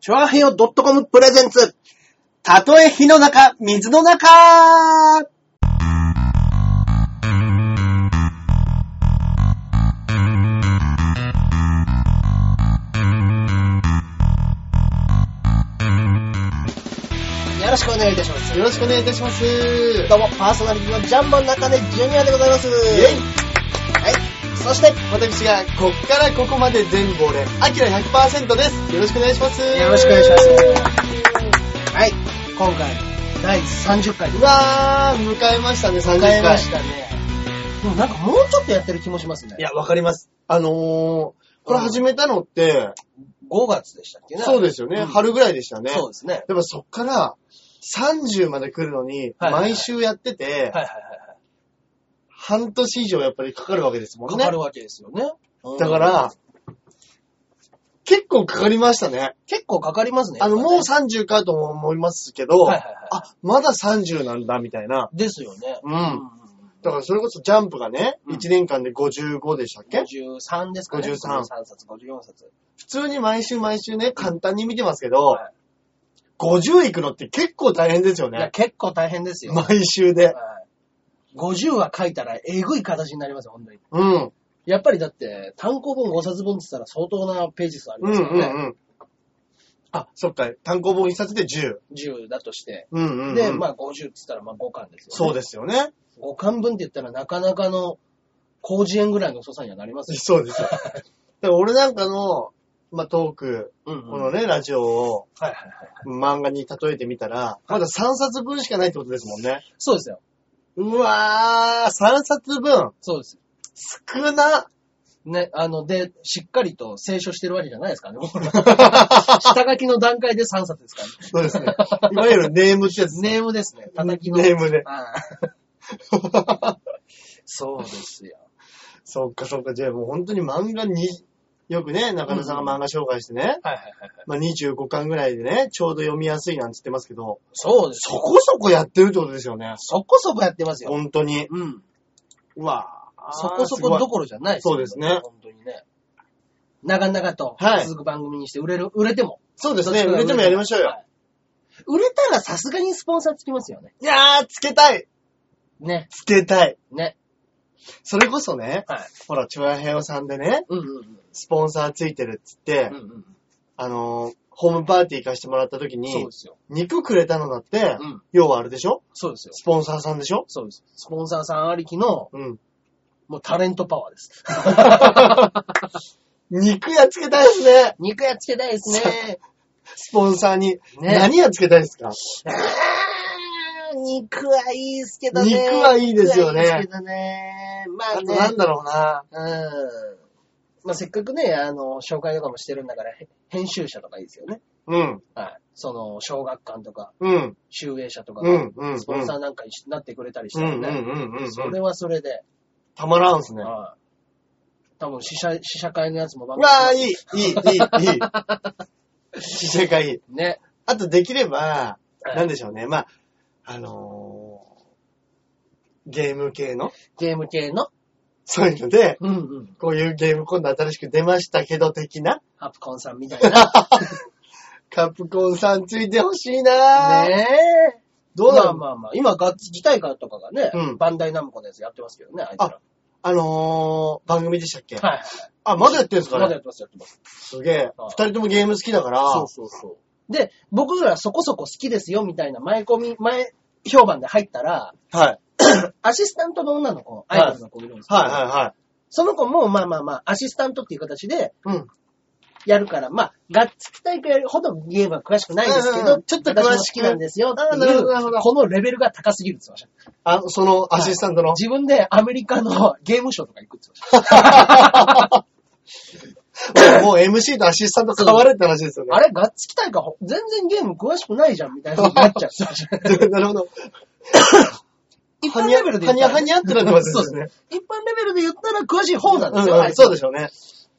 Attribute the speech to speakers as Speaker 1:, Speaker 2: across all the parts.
Speaker 1: チョアヘヨ .com プレゼンツ。たとえ火の中、水の中よろしくお願いいたします。
Speaker 2: よろしくお願いいたします。イェイ
Speaker 1: どうも、パーソナリティのジャンボ中根ジュニアでございます。はい。そして、
Speaker 2: 私が、こっからここまで全部俺、アキラ100%です。よろしくお願いします。
Speaker 1: よろしくお願いします。はい。今回、第30回で
Speaker 2: うわー、迎えましたね、30
Speaker 1: ご
Speaker 2: 回。
Speaker 1: ざいましたね。でもなんかもうちょっとやってる気もしますね。
Speaker 2: い、や、わかります。あのー、これ始めたのって、
Speaker 1: 5月でしたっけね。
Speaker 2: そうですよね、
Speaker 1: うん
Speaker 2: 春ぐらいでしたね。
Speaker 1: そうですね。
Speaker 2: でもそっから、30まで来るのに、
Speaker 1: はいはい
Speaker 2: 毎週やってて、
Speaker 1: はいはいは
Speaker 2: 半年以上やっぱりかかるわけですも
Speaker 1: いは
Speaker 2: ん
Speaker 1: い。
Speaker 2: ね。
Speaker 1: かかるわけですよね。
Speaker 2: だか
Speaker 1: うん
Speaker 2: ら、、結構かかりましたね。
Speaker 1: 結構かかりますね。
Speaker 2: あの、
Speaker 1: やっぱ
Speaker 2: もう
Speaker 1: ね
Speaker 2: 30かと思いますけど、
Speaker 1: はいはいはい
Speaker 2: あ、まだ30なんだ、みたいな。
Speaker 1: ですよね。
Speaker 2: うん
Speaker 1: うん
Speaker 2: だからそれこそジャンプがね、
Speaker 1: うん
Speaker 2: 1年間で55でしたっけ
Speaker 1: 53ですかね。
Speaker 2: 53
Speaker 1: 53冊、54冊。
Speaker 2: 普通に毎週毎週ね、簡単に見てますけど、
Speaker 1: は
Speaker 2: 50いくのって結構大変ですよ
Speaker 1: いや
Speaker 2: ね。
Speaker 1: 結構大変ですよ。
Speaker 2: 毎週で。
Speaker 1: はい50は書いたらえぐい形になりますよ、本当に。
Speaker 2: うん。
Speaker 1: やっぱりだって、単行本5冊分って言ったら相当なページ数あり
Speaker 2: うんう
Speaker 1: ま
Speaker 2: ん
Speaker 1: すよね。
Speaker 2: うん。あ、そっか。単行本1冊で10。
Speaker 1: 10だとして。
Speaker 2: うんうん、うん。
Speaker 1: で、まあ50って言ったらまあ5巻ですよ、ね。
Speaker 2: そうですよ ね。
Speaker 1: す。5巻分って言ったらなかなかの、工事園ぐらいの遅さにはなりますよ。
Speaker 2: そうですよ。だから俺なんかの、まあトーク、
Speaker 1: うん、
Speaker 2: この。ね、ラジオを
Speaker 1: はいはいはい。
Speaker 2: 漫画に例えてみたら、まだ3冊分しかないってことですもんね。
Speaker 1: そうですよ。
Speaker 2: うわー、3冊分、
Speaker 1: そうです。
Speaker 2: 少な。
Speaker 1: ね、あの、で、しっかりと聖書してるわけじゃないです からね。下書きの段階で3冊ですからね。
Speaker 2: そうですね。いわゆるネームってやつね。
Speaker 1: ネームですね。叩きの。
Speaker 2: ネームで。
Speaker 1: ああそうですよ。
Speaker 2: そっかそっか。じゃあもう本当に漫画に、よくね、中野さんが漫画紹介してね、
Speaker 1: はいはいはい。
Speaker 2: まあ25巻ぐらいでね、ちょうど読みやすいなんて言ってますけど、
Speaker 1: そうです
Speaker 2: そこそこやってるってことですよね。
Speaker 1: そこそこやってますよ。
Speaker 2: 本当に。
Speaker 1: うん。
Speaker 2: うわー
Speaker 1: そこそこどころじゃない
Speaker 2: そうですね
Speaker 1: 本当にね。長々と
Speaker 2: はい
Speaker 1: 続く番組にして売れる、売れても。
Speaker 2: そうですね。売れてもやりましょうよ。
Speaker 1: はい。売れたらさすがにスポンサーつきますよね。
Speaker 2: いやー、つけたい
Speaker 1: ね。
Speaker 2: つけたい
Speaker 1: ね。
Speaker 2: それこそね、
Speaker 1: はい。
Speaker 2: ほら、チョヤヘヨさんでね、
Speaker 1: うんうんうん。
Speaker 2: スポンサーついてるっつって、
Speaker 1: うんうんうん
Speaker 2: あのー、ホームパーティー行かしてもらった時
Speaker 1: そう
Speaker 2: に
Speaker 1: で、すよ。
Speaker 2: 肉くれたのだって、
Speaker 1: うん。
Speaker 2: 要はあれでしょ
Speaker 1: そうですよ。
Speaker 2: スポンサーさんでしょ
Speaker 1: そうです。スポンサーさんありきの、
Speaker 2: うん。
Speaker 1: もうタレントパワーです。
Speaker 2: 肉やっつけたいですね。
Speaker 1: 肉やっつけたいですね。
Speaker 2: スポンサーに。
Speaker 1: ね
Speaker 2: 何やっつけたいですか
Speaker 1: あー肉はいいですけどね。
Speaker 2: 肉はいいですよね
Speaker 1: 肉はいいですけどね。ま
Speaker 2: あ
Speaker 1: あ
Speaker 2: と
Speaker 1: ね。
Speaker 2: なんだろうな。
Speaker 1: うん。まあ、せっかくね、あの、紹介とかもしてるんだから、へ編集者とかいいですよね。
Speaker 2: うん。
Speaker 1: はい。その、小学館とか、
Speaker 2: うん。
Speaker 1: 集英社とか
Speaker 2: う
Speaker 1: が
Speaker 2: ん。うん。
Speaker 1: スポンサーなんかにしなってくれたりし
Speaker 2: う
Speaker 1: た
Speaker 2: ん
Speaker 1: ら
Speaker 2: う
Speaker 1: ね、
Speaker 2: んうんうん
Speaker 1: そうれはそれで、
Speaker 2: ん。たまらんっすね。わ
Speaker 1: はい。多分、試写、試写会のやつも番
Speaker 2: あ、いい、いい、いい、いい。試写会いい。
Speaker 1: ね。
Speaker 2: あとできれば、
Speaker 1: はい
Speaker 2: なんでしょうね。まあ、あのー、ゲーム系の、
Speaker 1: ゲーム系の、
Speaker 2: そういうので、
Speaker 1: うんうん。
Speaker 2: こういうゲーム今度新しく出ましたけど的な、
Speaker 1: ハプコンさんみたい な。
Speaker 2: カプコンさんついてほしいなぁ。
Speaker 1: ねえ。
Speaker 2: どうだろう、
Speaker 1: まあまあまあ、今、ガッツ、擬態感とかがね、
Speaker 2: うん
Speaker 1: バンダイナムコのやつやってますけどね、あいつら。
Speaker 2: あのー、番組でしたっけ
Speaker 1: はい。
Speaker 2: あ、まだやってるんですか
Speaker 1: まだ
Speaker 2: ね
Speaker 1: やってます、やってます。
Speaker 2: すげえ
Speaker 1: は。い
Speaker 2: 二人ともゲーム好きだから、
Speaker 1: そうそうそう。で、僕らそこそこ好きですよみたいな前込み、前評判で入ったら、
Speaker 2: はい。
Speaker 1: アシスタントの女の子、アイ
Speaker 2: はい
Speaker 1: ドルの子いるんですけど、
Speaker 2: はいはいはい。
Speaker 1: その子もまあまあまあ、アシスタントっていう形で
Speaker 2: うん。
Speaker 1: やるから、まあ、がっつき大会ほどゲームは詳しくないですけ
Speaker 2: うんうんう
Speaker 1: ど、
Speaker 2: んちょっと
Speaker 1: 私も
Speaker 2: 詳
Speaker 1: 好
Speaker 2: しく
Speaker 1: きなんですよって
Speaker 2: あなる
Speaker 1: い
Speaker 2: ほどなるほ
Speaker 1: う、
Speaker 2: ど
Speaker 1: このレベルが高すぎるって言ってまし
Speaker 2: あ、そのアシスタント
Speaker 1: た。
Speaker 2: の、
Speaker 1: 自分でアメリカのゲームショーとか行くって言ってました。
Speaker 2: もう MC とアシスタント変われって話ですよね。
Speaker 1: あれ、がっつき大会全然ゲーム詳しくないじゃんみたいなことになっちゃうって言ってました。
Speaker 2: なるほど。
Speaker 1: 一
Speaker 2: は
Speaker 1: 般
Speaker 2: にゃ、
Speaker 1: レベルで言った
Speaker 2: はにゃ
Speaker 1: ら
Speaker 2: はにゃってなってますよね。
Speaker 1: 一般レベルで言ったら詳しい方なん
Speaker 2: う
Speaker 1: で
Speaker 2: ん
Speaker 1: すよ。
Speaker 2: うん、そうでしょうね。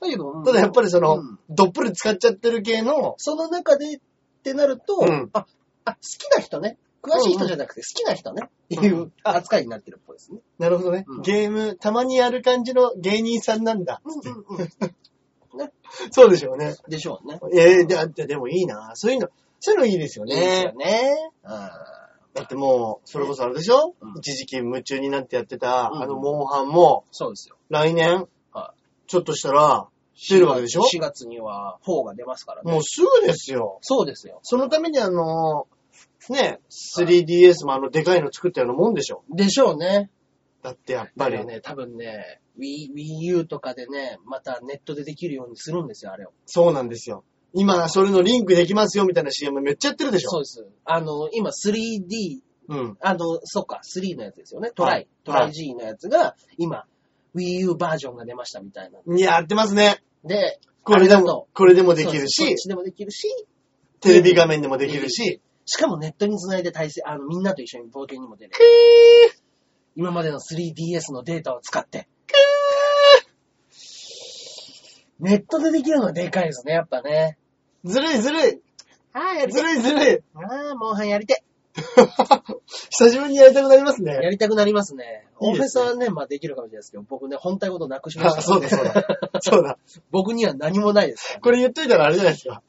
Speaker 1: だけど、うん
Speaker 2: ただやっぱりそ
Speaker 1: う
Speaker 2: の
Speaker 1: ん、
Speaker 2: どっぷり使っちゃってる系の、
Speaker 1: その中でってなると、
Speaker 2: うん
Speaker 1: あ、あ、好きな人ね。詳しい人じゃなくて好きな人ね。っていうう扱いになってるっぽいですね。
Speaker 2: なるほどね
Speaker 1: うん。
Speaker 2: ゲーム、たまにやる感じの芸人さんなんだ。
Speaker 1: うんうんうん。ね。
Speaker 2: そうでしょうね。
Speaker 1: でしょうね。
Speaker 2: えー、だってでもいいな。そういうの、そういうのいいですよ
Speaker 1: いいです
Speaker 2: ね
Speaker 1: よ。ね。あー
Speaker 2: だってもう、それこそあれでしょ、
Speaker 1: うん
Speaker 2: 一時期夢中になってやってた、
Speaker 1: うん
Speaker 2: あの、モンハンも、
Speaker 1: そうですよ。
Speaker 2: 来年
Speaker 1: は、
Speaker 2: ちょっとしたら、出るわけでしょ
Speaker 1: ?4 月には4が出ますからね。
Speaker 2: もうすぐですよ。
Speaker 1: そうですよ。
Speaker 2: そのためにあの、ね、3DS もあの、でかいの作ったようなもんでしょ。
Speaker 1: でしょうね。
Speaker 2: だってやっ
Speaker 1: だ
Speaker 2: ぱ
Speaker 1: か
Speaker 2: り
Speaker 1: ら。ね、多分ね、Wii, Wii U とかでね、またネットでできるようにするんですよ、あれを。
Speaker 2: そうなんですよ。今、それのリンクできますよみたいな CM めっちゃやってるでしょ。
Speaker 1: そうです。あの、今 3D、
Speaker 2: うん。
Speaker 1: あの、そっか、3のやつですよね。トライ、
Speaker 2: はい
Speaker 1: トライ G のやつが、今、Wii U バージョンが出ましたみたいな。
Speaker 2: いや、やってますね。
Speaker 1: で、
Speaker 2: これで
Speaker 1: ありがと
Speaker 2: も、これでもできる
Speaker 1: そう
Speaker 2: し
Speaker 1: ですこっ、ちでもできるし、
Speaker 2: テレビ画面でもできるし、
Speaker 1: しかもネットにつないで対戦、あの、みんなと一緒に冒険にも出る。今までの 3DS のデータを使って。ネットでできるのはでかいですね、やっぱね。
Speaker 2: ずるいずるい
Speaker 1: ああ、やり
Speaker 2: ず
Speaker 1: て。
Speaker 2: るいずるい
Speaker 1: ああ、モンハンやりて。
Speaker 2: 久しぶりにやりたくなりますね。
Speaker 1: やりたくなりますね。
Speaker 2: い
Speaker 1: 大
Speaker 2: い
Speaker 1: フ
Speaker 2: で
Speaker 1: ェ
Speaker 2: す
Speaker 1: ス
Speaker 2: ね
Speaker 1: はね、まあできるかもしれないですけど、僕ね、本体ごとなくしました、
Speaker 2: あ、
Speaker 1: ね。
Speaker 2: そうだそうだ。そうだ。
Speaker 1: 僕には何もないですから、
Speaker 2: これ言っといたらあれじゃないですか。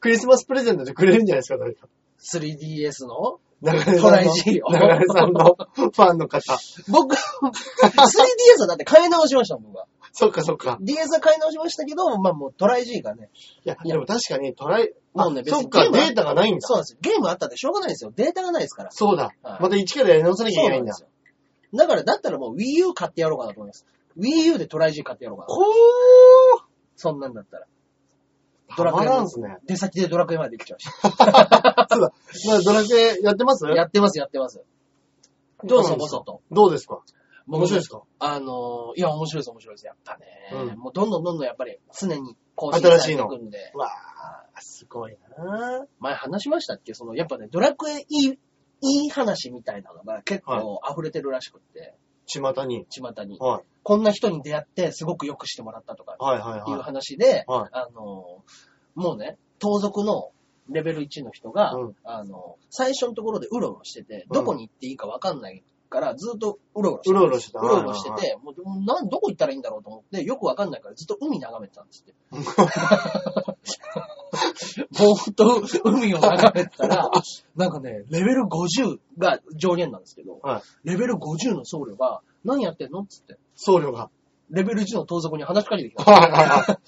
Speaker 2: クリスマスプレゼントでくれるんじゃないですか、誰か。
Speaker 1: 3DS の
Speaker 2: 流れ
Speaker 1: トライ
Speaker 2: さ
Speaker 1: G を。
Speaker 2: んの、流れさんのファンの方。
Speaker 1: 僕、3DS はだって買い直しました、僕は。
Speaker 2: そっかそっか。
Speaker 1: DS は買い直しましたけど、まあもうトライ G がね、
Speaker 2: いや、
Speaker 1: いや
Speaker 2: でも確かにトライ、
Speaker 1: も
Speaker 2: あ
Speaker 1: うね、別に
Speaker 2: そっか、
Speaker 1: ゲー
Speaker 2: デ
Speaker 1: ムは
Speaker 2: ータがないんだ。
Speaker 1: そうなんですよ。ゲームあったってしょうがないですよ。データがないですから。
Speaker 2: そうだ。
Speaker 1: はい
Speaker 2: また一からやり直さなきゃいけないんだ。
Speaker 1: そうなんですよ。だから、だったらもう Wii U 買ってやろうかなと思います。Wii U でトライ G 買ってやろうかな。
Speaker 2: ほ
Speaker 1: そんなんだったら。
Speaker 2: ー
Speaker 1: ド
Speaker 2: た
Speaker 1: ラク
Speaker 2: ま
Speaker 1: エ
Speaker 2: ら
Speaker 1: も
Speaker 2: んすね。
Speaker 1: 出先でドラクエまでできちゃうし。
Speaker 2: そうだ。まあドラクエやってます
Speaker 1: やってます、やってます。どうぞ、どうぞと。
Speaker 2: どうですか面白いですすか
Speaker 1: あのー、いや、面白いです、面白いです。やったね、
Speaker 2: うん
Speaker 1: もうどんどんどんどんやっぱり常に更新されていくんで。
Speaker 2: わー、すごいな
Speaker 1: 前話しましたっけその、やっぱね、ドラクエいい、いい話みたいなのが結構溢れてるらしくって、
Speaker 2: ー。巷に。
Speaker 1: 巷に。
Speaker 2: はい。
Speaker 1: こんな人に出会ってすごく良くしてもらったとか
Speaker 2: はいはい
Speaker 1: いう
Speaker 2: は
Speaker 1: 話で、
Speaker 2: はい
Speaker 1: あの、もうね、盗賊のレベル1の人が、
Speaker 2: うん
Speaker 1: あの、最初のところでうろうろしてて、
Speaker 2: うん
Speaker 1: どこに行っていいかわかんないから、ずっとうろうろして
Speaker 2: い。うろうろしてた。
Speaker 1: うろうろして
Speaker 2: はいはいはい。
Speaker 1: て、もう、なん、どこ行ったらいいんだろうと思って、よくわかんないからずっと海眺めてたんです って。ぼーっと海を眺めてたら、なんかね、レベル50が上限なんですけど、
Speaker 2: はい
Speaker 1: レベル50の僧侶が、何やってんのっつって、
Speaker 2: 僧侶が。
Speaker 1: レベル1の盗賊に話しかけてきた。
Speaker 2: はいはいは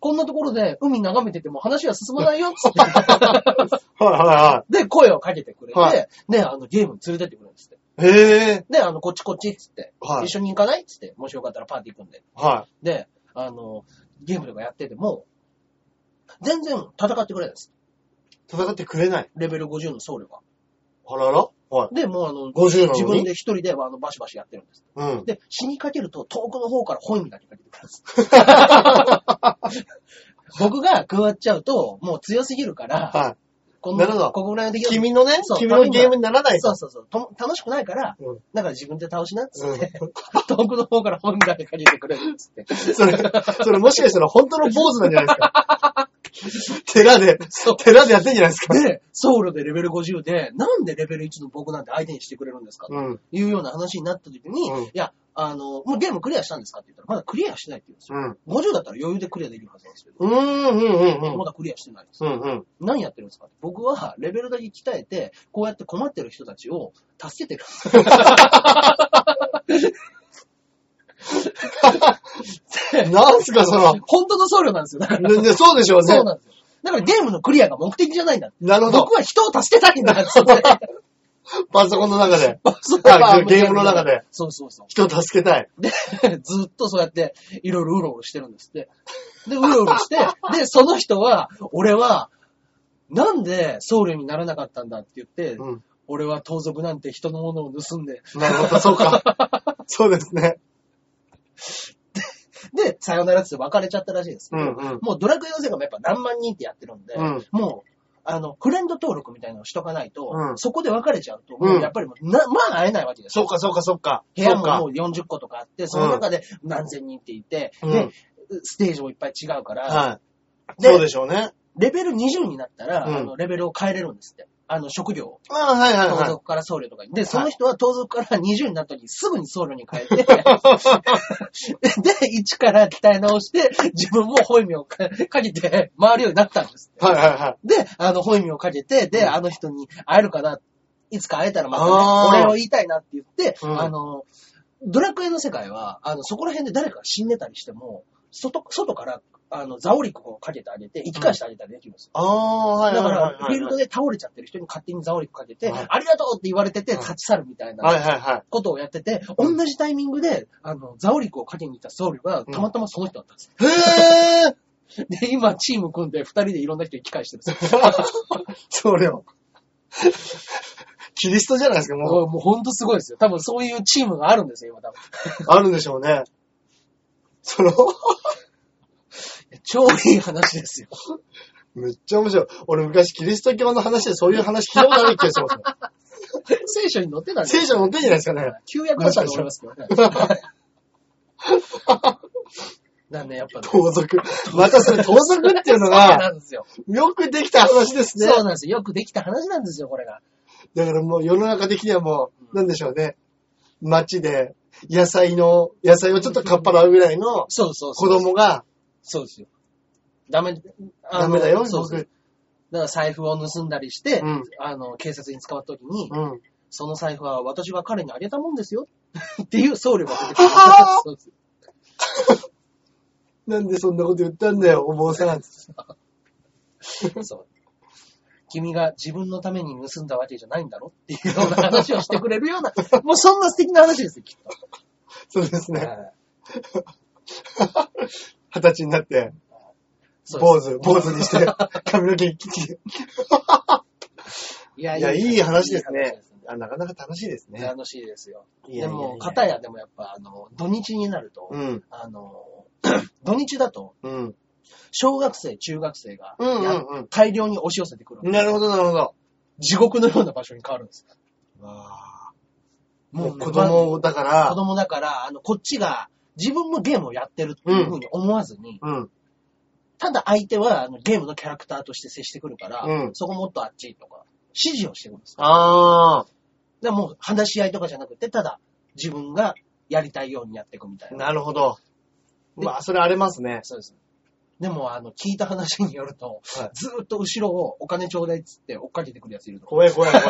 Speaker 1: こんなところで海眺めてても話は進まないよっつって。
Speaker 2: い。はいは
Speaker 1: で、声をかけてくれて、
Speaker 2: はい
Speaker 1: ね、あの、ゲームに連れてってくれるんですって。
Speaker 2: いはい。へえ。
Speaker 1: で、あの、こっちこっちっつって、
Speaker 2: はい
Speaker 1: 一緒に行かないっつって、もしよかったらパーティー行くんで。
Speaker 2: は
Speaker 1: で、あの、ゲームとかやってても、全然戦ってくれないんです。
Speaker 2: い。戦ってくれない。
Speaker 1: レベル50の僧侶が。
Speaker 2: あららはい。
Speaker 1: で、もうあの、
Speaker 2: 50なのに
Speaker 1: 自分で一人であのバシバシやってるんです。
Speaker 2: うん。
Speaker 1: で、死にかけると遠くの方からホイミだけかけてくるんです。 僕が加わっちゃうと、もう強すぎるから、
Speaker 2: は
Speaker 1: こ
Speaker 2: なるほど
Speaker 1: ここぐらいの
Speaker 2: い。
Speaker 1: 敵
Speaker 2: 君のね
Speaker 1: そ、う
Speaker 2: 君のゲームにならないと
Speaker 1: そうそうそう。とも楽しくないから、
Speaker 2: うん
Speaker 1: だから自分で倒しなっつ
Speaker 2: う
Speaker 1: っ
Speaker 2: ん
Speaker 1: て、 遠くの方から本が借りてくれるっつって。
Speaker 2: それ、それもしかしたら本当の坊主なんじゃないですか。 寺で、寺でやってんじゃないですか。
Speaker 1: で、ソウルでレベル50で、なんでレベル1の僕なんて相手にしてくれるんですかと
Speaker 2: うん。
Speaker 1: いうような話になった時に、
Speaker 2: うん
Speaker 1: いや、あの、もうゲームクリアしたんですかって言ったら、まだクリアしてないって言うんですよ。
Speaker 2: うん。
Speaker 1: 50だったら余裕でクリアできるはずなんですけど、
Speaker 2: うん、うん、うん、うん
Speaker 1: ま。だクリアしてないです。
Speaker 2: うん、うん。
Speaker 1: 何やってるんですかって僕はレベルだけ鍛えて、こうやって困ってる人たちを助けてる。
Speaker 2: なんすか、その、
Speaker 1: 本当の僧侶なんですよ。だから。
Speaker 2: ねねそうでしょうね。
Speaker 1: そうなんですよ。だからゲームのクリアが目的じゃないんだ。
Speaker 2: なるほど
Speaker 1: 僕。は人を助けたいんだっつって。
Speaker 2: パソコンの中で。
Speaker 1: そう
Speaker 2: あゲゲームの中で。
Speaker 1: そうそうそう。
Speaker 2: 人を助けたい。
Speaker 1: で、 ずっとそうやって、いろいろうろうろしてるんですって。で、うろうろ して、で、その人は、俺は、なんで僧侶にならなかったんだって言って、
Speaker 2: うん。
Speaker 1: 俺は盗賊なんて人のものを盗んで、
Speaker 2: なるほど、そうか。 そうですね。
Speaker 1: で、さよならっつって別れちゃったらしいですけ
Speaker 2: う
Speaker 1: ど、
Speaker 2: ん、うん。
Speaker 1: もうドラクエの世界もやっぱ何万人ってやってるんで、
Speaker 2: うん
Speaker 1: もう、あの、フレンド登録みたいなのをしとかないと、
Speaker 2: うん
Speaker 1: そこで別れちゃうと、
Speaker 2: うん
Speaker 1: もうやっぱりもうな、まあ会えないわけですよ
Speaker 2: そうか、そうか、そうか。
Speaker 1: 部屋
Speaker 2: そう
Speaker 1: も
Speaker 2: か
Speaker 1: もう。40個とかあって、その中で何千人っていて、
Speaker 2: うん
Speaker 1: で、ステージもいっぱい違うから、
Speaker 2: はい。
Speaker 1: で
Speaker 2: そうでしょうね。
Speaker 1: レベル20になったら、
Speaker 2: うん
Speaker 1: あのレベルを変えれるんですって。あの、職業を、
Speaker 2: ああ、はいはい
Speaker 1: 盗
Speaker 2: は
Speaker 1: 賊から僧侶とかに。で、その
Speaker 2: はい
Speaker 1: 人は盗賊から20になった時にすぐに僧侶に変え て、で、一から鍛え直して、自分も本名をかかけて回るようになったんです。
Speaker 2: い。はいはいはい。
Speaker 1: で、あの、本名をかけて、で、あの人に会えるかな、いつか会えたらまたね、
Speaker 2: あー
Speaker 1: お礼を言いたいなって言って、
Speaker 2: うん
Speaker 1: あの、ドラクエの世界は、あの、そこら辺で誰かが死んでたりしても、外、外から、あの、ザオリクをかけてあげて、生き返してあげたりできるんですよ。
Speaker 2: ああ、はい
Speaker 1: だ
Speaker 2: はい
Speaker 1: か
Speaker 2: はい
Speaker 1: ら、フ
Speaker 2: は
Speaker 1: ィ
Speaker 2: い
Speaker 1: ールドで倒れちゃってる人に勝手にザオリクかけて、
Speaker 2: はい
Speaker 1: ありがとうって言われてて、
Speaker 2: うん
Speaker 1: 立ち去るみたい
Speaker 2: はい
Speaker 1: な
Speaker 2: はいはい。
Speaker 1: ことをやってて、同じタイミングで、あの、ザオリクをかけに行った僧侶が、たまたまその人だったんですよ。
Speaker 2: へえ。
Speaker 1: で、今、チーム組んで、二人でいろんな人に機会してるんですよ。
Speaker 2: それを。キリストじゃないですか、もう。
Speaker 1: もうもうほんとすごいですよ。多分そういうチームがあるんですよ、今多分。
Speaker 2: あるんでしょうね。その、
Speaker 1: 超いい話ですよ。
Speaker 2: めっちゃ面白い。俺昔キリスト教の話でそういう話聞いたことある気がします。
Speaker 1: 聖書に載ってたんです
Speaker 2: 聖書載ってんじゃないですかね。
Speaker 1: 旧約だったと思いますけ どね。だ からね、やっ ぱね。
Speaker 2: 盗賊。またそれ盗賊っていう
Speaker 1: そ
Speaker 2: の
Speaker 1: う
Speaker 2: が、
Speaker 1: なんですよ。
Speaker 2: よくできた話ですね。
Speaker 1: そうなんですよ。よくできた話なんですよ、これが。
Speaker 2: だからもう世の中的にはも
Speaker 1: うん
Speaker 2: う、なんでしょうね。街で、野菜の、野菜をちょっとかっぱらうぐらいの
Speaker 1: そうそうそ
Speaker 2: 子
Speaker 1: う。
Speaker 2: 供が、
Speaker 1: そうですよ。ダメ、あ
Speaker 2: ダ
Speaker 1: の
Speaker 2: メだよ、
Speaker 1: そうそう。
Speaker 2: 僕。
Speaker 1: だから財布を盗んだりして、
Speaker 2: うん
Speaker 1: あの、警察に捕まった時に、
Speaker 2: うん。
Speaker 1: その財布は私が彼にあげたもんですよ。 っていう僧侶が出てき
Speaker 2: は
Speaker 1: た
Speaker 2: あ。
Speaker 1: そうです
Speaker 2: なんでそんなこと言ったんだよ、お坊さん。
Speaker 1: そう。君が自分のために盗んだわけじゃないんだろっていうような話をしてくれるよう な、もうそんな素敵な話ですよ、きっと。
Speaker 2: そうですね。
Speaker 1: はい
Speaker 2: 二十歳になって、
Speaker 1: そう
Speaker 2: 坊
Speaker 1: です
Speaker 2: 主、坊主 にして、髪の毛切って。
Speaker 1: いや
Speaker 2: いや、いい話で
Speaker 1: い
Speaker 2: す
Speaker 1: い話
Speaker 2: ね
Speaker 1: です。
Speaker 2: あなかなか楽しいですね。
Speaker 1: 楽しいですよ。
Speaker 2: いや
Speaker 1: で
Speaker 2: いやいや
Speaker 1: も、片やでもやっぱ、あの、土日になると、
Speaker 2: うん、
Speaker 1: あの、 土日だと、
Speaker 2: うん。
Speaker 1: 小学生、中学生が、
Speaker 2: うんうん
Speaker 1: や
Speaker 2: うん
Speaker 1: 大量に押し寄せてくる。
Speaker 2: なるほど、なるほど。
Speaker 1: 地獄のような場所に変わるんですよ。
Speaker 2: もう
Speaker 1: ね
Speaker 2: 子供だか
Speaker 1: まあ子
Speaker 2: ら、
Speaker 1: 供だから、あの、こっちが、自分もゲームをやってるっていうふうに思わずに、
Speaker 2: うん。
Speaker 1: ただ相手はあのゲームのキャラクターとして接してくるから、
Speaker 2: うん
Speaker 1: そこもっとあっちとか、指示をしてくるんですよ。
Speaker 2: あ
Speaker 1: でもう話し合いとかじゃなくて、ただ自分がやりたいようにやっていくみたい
Speaker 2: ー、
Speaker 1: な。
Speaker 2: なるほど。うわ、それ荒れますね。
Speaker 1: そうです。でも、あの、聞いた話によると、
Speaker 2: はい
Speaker 1: ずーっと後ろをお金ちょうだいっつって追っかけてくるやついるの。
Speaker 2: 怖い怖い怖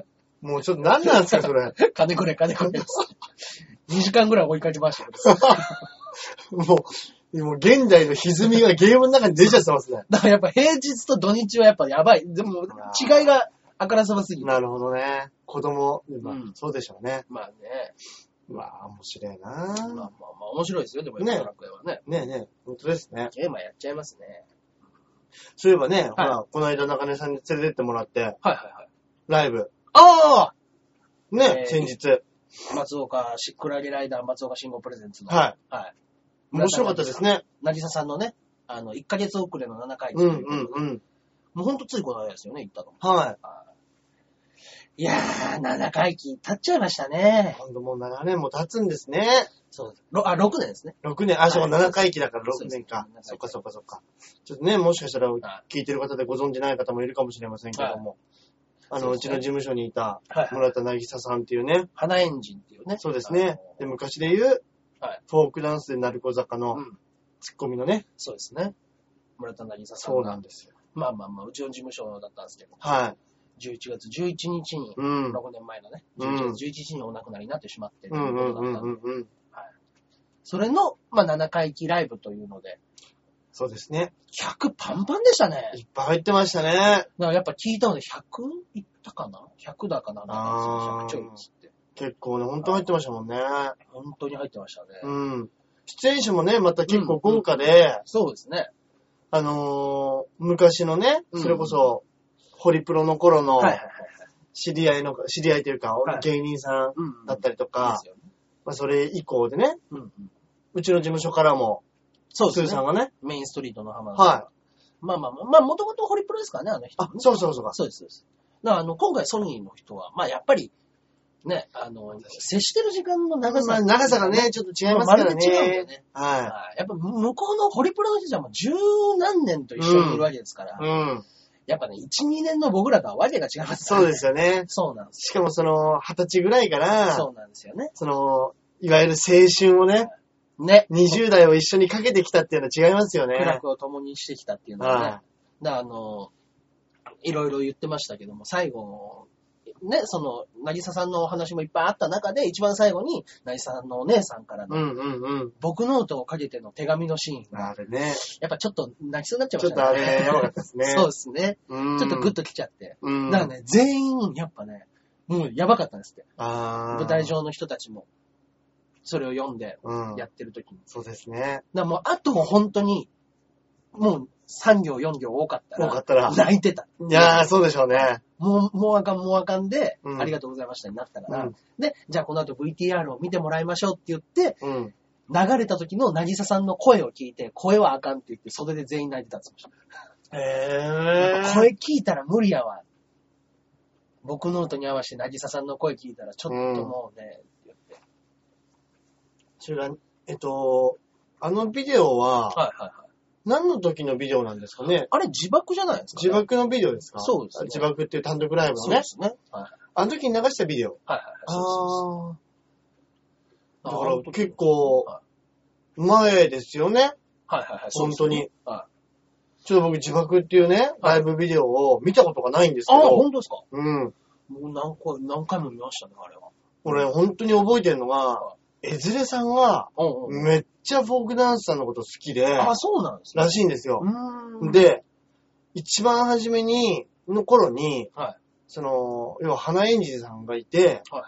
Speaker 2: い。 もうちょっと何なんですか、それ。
Speaker 1: 金くれ、金くれっつって。2時間ぐらい追いかけましたけど。
Speaker 2: もう、もう現代の歪みがゲームの中に出ちゃってま すね。
Speaker 1: だからやっぱ平日と土日はやっぱやばい。でも、違いがあからさますぎて。
Speaker 2: なるほどね。子供、まあ
Speaker 1: うん
Speaker 2: そうでしょうね。
Speaker 1: まあね。
Speaker 2: うわあ、面白い
Speaker 1: まあまあ
Speaker 2: な
Speaker 1: まあ面白いですよ。でも、ね、ドラクエはね。
Speaker 2: ねえねえ、本当ですね。
Speaker 1: ゲームはやっちゃいますね。
Speaker 2: そういえばね、ほら、この間中根さんに連れてってもらって、
Speaker 1: はいはいはい。
Speaker 2: ライブ、
Speaker 1: あえ
Speaker 2: ね
Speaker 1: ー、
Speaker 2: 先日、
Speaker 1: あ松岡シックラゲライダー松岡信号プレゼンツの。。
Speaker 2: はい
Speaker 1: はい。
Speaker 2: い。面白かったですね。
Speaker 1: なぎささんのね、あの、1ヶ月遅れの7回
Speaker 2: うんうんうん。
Speaker 1: もうほんとついこの間ですよね、行ったの。
Speaker 2: はい。
Speaker 1: いやー、7回忌経っちゃいましたね。
Speaker 2: 今度もう7年も経つんですね。
Speaker 1: そう。ろあ、6年ですね。
Speaker 2: 6年、あ、そうか、
Speaker 1: はい
Speaker 2: 7回忌だから
Speaker 1: そうで
Speaker 2: 6
Speaker 1: す
Speaker 2: 年か。
Speaker 1: 7
Speaker 2: そっかそっかそっか。ちょっとね、もしかしたら
Speaker 1: は
Speaker 2: 聞いてる方でご存知ない方もいるかもしれませんけども、
Speaker 1: はい
Speaker 2: あの、
Speaker 1: そううです
Speaker 2: ち
Speaker 1: ね
Speaker 2: の事務所にいた
Speaker 1: はいはい
Speaker 2: 村田渚さんっていうね、
Speaker 1: 花エンジンっていうね。
Speaker 2: そうですね。
Speaker 1: あ
Speaker 2: で、昔で言う
Speaker 1: はい、
Speaker 2: フォークダンスで鳴子坂
Speaker 1: の。う
Speaker 2: の
Speaker 1: ん。
Speaker 2: ツッコミのね、
Speaker 1: そうですね。村田なぎささんが
Speaker 2: そうなんですよ。
Speaker 1: まあまあまあ、うちの事務所だったんですけど、
Speaker 2: はい。
Speaker 1: 11月11日に、
Speaker 2: うん。
Speaker 1: 6年前のね、
Speaker 2: うん
Speaker 1: 11月11日にお亡くなりになってしまって、と
Speaker 2: う
Speaker 1: い
Speaker 2: ん
Speaker 1: う
Speaker 2: う
Speaker 1: こ
Speaker 2: ん
Speaker 1: とだったん
Speaker 2: う
Speaker 1: で
Speaker 2: んうんうん。
Speaker 1: それの、まあ、7回忌ライブというので、
Speaker 2: そうですね。
Speaker 1: 100パンパンでしたね。
Speaker 2: いっぱい入ってましたね。
Speaker 1: だからやっぱ聞いたので100いったかな ?100 だかな
Speaker 2: あ
Speaker 1: ?100
Speaker 2: ー
Speaker 1: ちょいっつって。
Speaker 2: 結構ね、ほんと入ってましたもんね。
Speaker 1: 本当に入ってましたね。
Speaker 2: うん。出演者もね、また結構豪華で、
Speaker 1: そうですね。
Speaker 2: あのー昔のね、
Speaker 1: うん
Speaker 2: それこそ、ホリプロの頃の
Speaker 1: はいはいはい。
Speaker 2: 知り合いの、知り合いというか
Speaker 1: はい、
Speaker 2: 芸人さん
Speaker 1: うん
Speaker 2: だった
Speaker 1: り
Speaker 2: りと
Speaker 1: と
Speaker 2: か、まあそれ以降でね、
Speaker 1: うんうん、
Speaker 2: うちの事務所からも、
Speaker 1: そう
Speaker 2: ス
Speaker 1: で
Speaker 2: ー
Speaker 1: す
Speaker 2: さ
Speaker 1: ね
Speaker 2: ん。がね、
Speaker 1: メインストリートの浜田さん
Speaker 2: は
Speaker 1: まあまあまあ、まあもともとホリプロですからね、あの
Speaker 2: い。
Speaker 1: 人、
Speaker 2: あ
Speaker 1: ね。、
Speaker 2: そうそうそうか。
Speaker 1: そうです、そうです。だからあの、今回ソニーの人は、まあやっぱり、ね、あの、接してる時間の長
Speaker 2: まあ
Speaker 1: さ。
Speaker 2: 長さがね、ちょっと違いますから
Speaker 1: まるで違うんだよ
Speaker 2: ね。
Speaker 1: ね。
Speaker 2: は
Speaker 1: はいやっぱ向こうのホリプロの人たちはもう十何年と一緒にいるわけですから、
Speaker 2: い。うん。
Speaker 1: やっぱね、1、2年の僕らとはわけが違いますから
Speaker 2: そうですよね。
Speaker 1: そうなんです
Speaker 2: しかもその、二十歳ぐらいか
Speaker 1: よ。
Speaker 2: ら、
Speaker 1: そうなんですよね。
Speaker 2: その、いわゆる青春をね、
Speaker 1: ね。
Speaker 2: 20代を一緒にかけてきたっていうのは違いますよね。
Speaker 1: 苦楽を共にしてきたっていうのはね。
Speaker 2: はい
Speaker 1: だからあの、いろいろ言ってましたけども、最後、ね、その、渚さんのお話もいっぱいあった中で、一番最後に、渚さんのお姉さんからの、
Speaker 2: うんうんうん。
Speaker 1: 僕ノートをかけての手紙のシーンが、
Speaker 2: あれね。
Speaker 1: やっぱちょっと泣きそうになっちゃい
Speaker 2: ち
Speaker 1: ま
Speaker 2: ょ
Speaker 1: し
Speaker 2: っと
Speaker 1: た
Speaker 2: あれ、やばかったですね。
Speaker 1: そうですね。
Speaker 2: うん。
Speaker 1: ちょっとグッときちゃって。
Speaker 2: うん。
Speaker 1: だからね、全員、やっぱね、もうやばかったんですって。
Speaker 2: ああ。
Speaker 1: 舞台上の人たちも、それを読んで、
Speaker 2: うん。
Speaker 1: やってる時に。
Speaker 2: そうですね。
Speaker 1: だからもう、あとも本当に、もう3行4行多かった、
Speaker 2: 多からったら。
Speaker 1: 泣いてた。
Speaker 2: いやー、そうでしょうね。
Speaker 1: もう、もうあかん、もうあかんで、
Speaker 2: うん
Speaker 1: ありがとうございましたになったから、
Speaker 2: うん
Speaker 1: で、じゃあこの後 VTR を見てもらいましょうって言って、
Speaker 2: うん。
Speaker 1: 流れた時の渚さんの声を聞いて、声はあかんって言って、袖で全員泣いてたって言ってました。
Speaker 2: へ
Speaker 1: 声聞いたら無理やわ。僕ノートに合わせて、渚さんの声聞いたら、ちょっともうね、
Speaker 2: それが、えっと、あのビデオは、
Speaker 1: はいはいはい。
Speaker 2: 何の時のビデオなんですかね
Speaker 1: あれ自爆じゃないですか、
Speaker 2: 自爆のビデオですか
Speaker 1: そうですね
Speaker 2: 自爆っていう単独ライブの
Speaker 1: そう
Speaker 2: ね
Speaker 1: で。すね。はい
Speaker 2: あの時に流したビデオ。
Speaker 1: はいはい。そう
Speaker 2: あ
Speaker 1: そう
Speaker 2: ー。
Speaker 1: そ
Speaker 2: だ
Speaker 1: う
Speaker 2: から結構
Speaker 1: は、
Speaker 2: 前ですよね。
Speaker 1: はいはいはい。
Speaker 2: 本当に。
Speaker 1: はい
Speaker 2: ちょっと僕自爆っていうね、ライブビデオを見たことがないんですけ
Speaker 1: ああ、
Speaker 2: ど、
Speaker 1: 本当ですか
Speaker 2: うん。
Speaker 1: もう何回、何回も見ましたね、あれは。
Speaker 2: 俺本当に覚えてるのが
Speaker 1: は、
Speaker 2: えずれさんが
Speaker 1: うんうん。
Speaker 2: めっちゃフォークダンスさんのこと好きで、
Speaker 1: あ、そうなんですね。
Speaker 2: らしいんですよ。
Speaker 1: うーん。、
Speaker 2: で、一番初めに、の頃に、
Speaker 1: は
Speaker 2: その、要は花園児さんがいて、
Speaker 1: い。はいはいはい。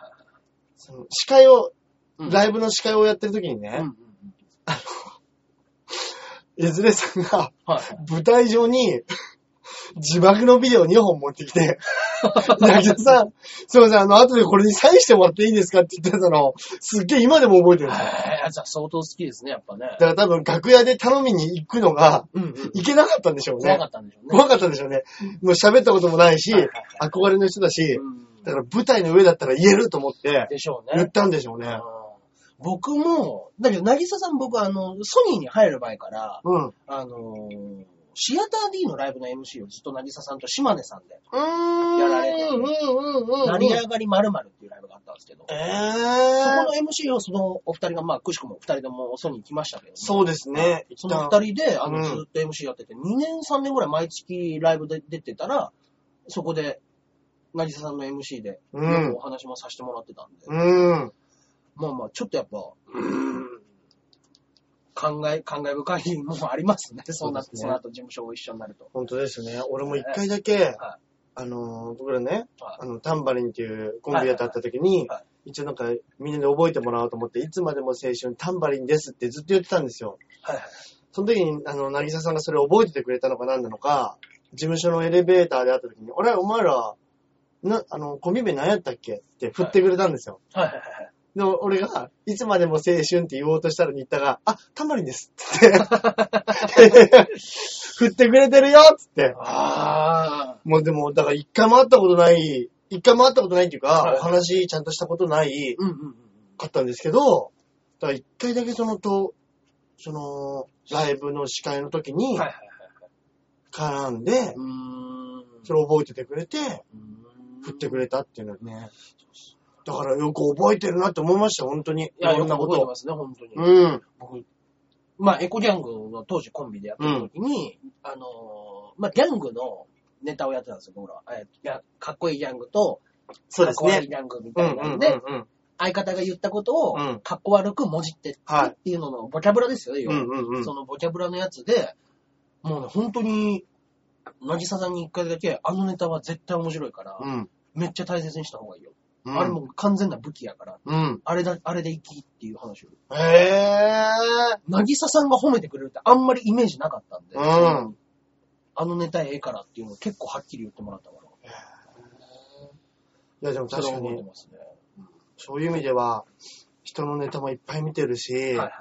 Speaker 2: その司会を、
Speaker 1: うん
Speaker 2: ライブの司会をやってる時に
Speaker 1: うんうん
Speaker 2: ね、
Speaker 1: うん。
Speaker 2: えずれさんが
Speaker 1: はいはい。
Speaker 2: 舞台上に自爆のビデオ2本持って きて、 なぎさん、すいません、あの、後でこれにサインしてもらっていいですかって言ってたの、すっげえ今でも覚えてるんですよ。
Speaker 1: えー、じゃあ相当好きですね、やっぱね。
Speaker 2: だから多分楽屋で頼みに行くのが、
Speaker 1: うんうん。
Speaker 2: 行けなかったんでしょう
Speaker 1: 怖
Speaker 2: ね
Speaker 1: か。ったんでしょうね。
Speaker 2: 怖かったんでしょうね。もう喋ったこともないし
Speaker 1: はいはい、はい
Speaker 2: 憧れの人だし、
Speaker 1: うん
Speaker 2: だから舞台の上だったら言えると思って、
Speaker 1: でしょうね。
Speaker 2: 言ったんでしょうね。
Speaker 1: うん僕も、だけど、なぎささん僕、あの、ソニーに入る前から、
Speaker 2: うん。う
Speaker 1: あのーシアター D のライブの MC をずっとなぎささんと島根さんで、
Speaker 2: ーん。
Speaker 1: やられて
Speaker 2: うんうんうんうん。
Speaker 1: 成り上がり〇〇っていうライブがあったんですけど、
Speaker 2: え
Speaker 1: そこ
Speaker 2: ー
Speaker 1: の。MC をそのお二人が、まあ、くしくもお二人ともソニー来ましたけども、
Speaker 2: そうですね。
Speaker 1: その二人で、あ
Speaker 2: う
Speaker 1: の、
Speaker 2: ん
Speaker 1: ずっと MC やってて、2年3年ぐらい毎月ライブで出てたら、そこで、なぎささんの MC で、
Speaker 2: うん
Speaker 1: よくお話もさせてもらってたんで、
Speaker 2: うん。
Speaker 1: まあまあ、ちょっとやっぱ、考え、考え深いものありますね。そうなって、
Speaker 2: そうです
Speaker 1: そ
Speaker 2: ね
Speaker 1: の後事務所を一緒になると。
Speaker 2: 本当ですね。俺も一回だけ
Speaker 1: は、
Speaker 2: あのー、僕らね、
Speaker 1: は
Speaker 2: あの、タンバリンっていうコンビやって会った時に
Speaker 1: はいはい、
Speaker 2: 一応なんかみんなで覚えてもらおうと思って、いつまでも青春タンバリンですってずっと言ってたんですよ。
Speaker 1: はい
Speaker 2: その時に、あの、なぎささんがそれを覚えててくれたのか何なのか、事務所のエレベーターで会った時に、俺、お前ら、な、あの、コンビ名何やったっけって振ってくれたんですよ。
Speaker 1: はいはいはい。
Speaker 2: でも、俺が、いつまでも青春って言おうとしたら、新田が、あ、タマリンですっ て 言って、振ってくれてるよっつって。
Speaker 1: あ
Speaker 2: もうでも、だから一回も会ったことない、一回も会ったことないっていう
Speaker 1: は
Speaker 2: か
Speaker 1: い、
Speaker 2: お話ちゃんとしたことない
Speaker 1: ー。うんうんうん。
Speaker 2: かったんですけど、だから一回だけそのと、その、ライブの司会の時に
Speaker 1: はいはいはい。
Speaker 2: 絡んで、
Speaker 1: うーん。
Speaker 2: それを覚えててくれて、振ってくれたっていうのはね。だからよく覚えてるなって思いました、本当に。
Speaker 1: いや、よ
Speaker 2: ろ
Speaker 1: く
Speaker 2: んなこ
Speaker 1: 覚えて
Speaker 2: と。
Speaker 1: ますね、本当に。
Speaker 2: うん。
Speaker 1: 僕、まあ、エコギャングの当時コンビでやってる時に、あのーまあ、ギャングのネタをやってたんですよ、僕らは。えーいやかっこいいギャングと、
Speaker 2: そうです
Speaker 1: かっこ悪い
Speaker 2: ね。
Speaker 1: ギャングみ
Speaker 2: うん
Speaker 1: た
Speaker 2: う
Speaker 1: い
Speaker 2: んう
Speaker 1: なんんで、
Speaker 2: うん。
Speaker 1: 相方が言ったことを
Speaker 2: うん、
Speaker 1: かっこ悪くもじってってっていうののボキャブラですよね、要
Speaker 2: う
Speaker 1: は
Speaker 2: んうんうん。
Speaker 1: そのボキャブラのやつで、もうね、本当に、なぎささんに一回だけ、あのネタは絶対面白いから、
Speaker 2: うん。
Speaker 1: めっちゃ大切にした方がいいよ。
Speaker 2: うん
Speaker 1: あれもう完全な武器やから、
Speaker 2: うん。
Speaker 1: あれだ、あれで生きっていう話を。
Speaker 2: へえ。
Speaker 1: なぎささんが褒めてくれるってあんまりイメージなかったんで、
Speaker 2: うん
Speaker 1: あのネタええからっていうのを結構はっきり言ってもらったから、
Speaker 2: いや、でも
Speaker 1: それ
Speaker 2: 確
Speaker 1: は
Speaker 2: か
Speaker 1: 覚えて
Speaker 2: に、
Speaker 1: ますね。
Speaker 2: そういう意味では、人のネタもいっぱい見てるし、
Speaker 1: はいはいはい。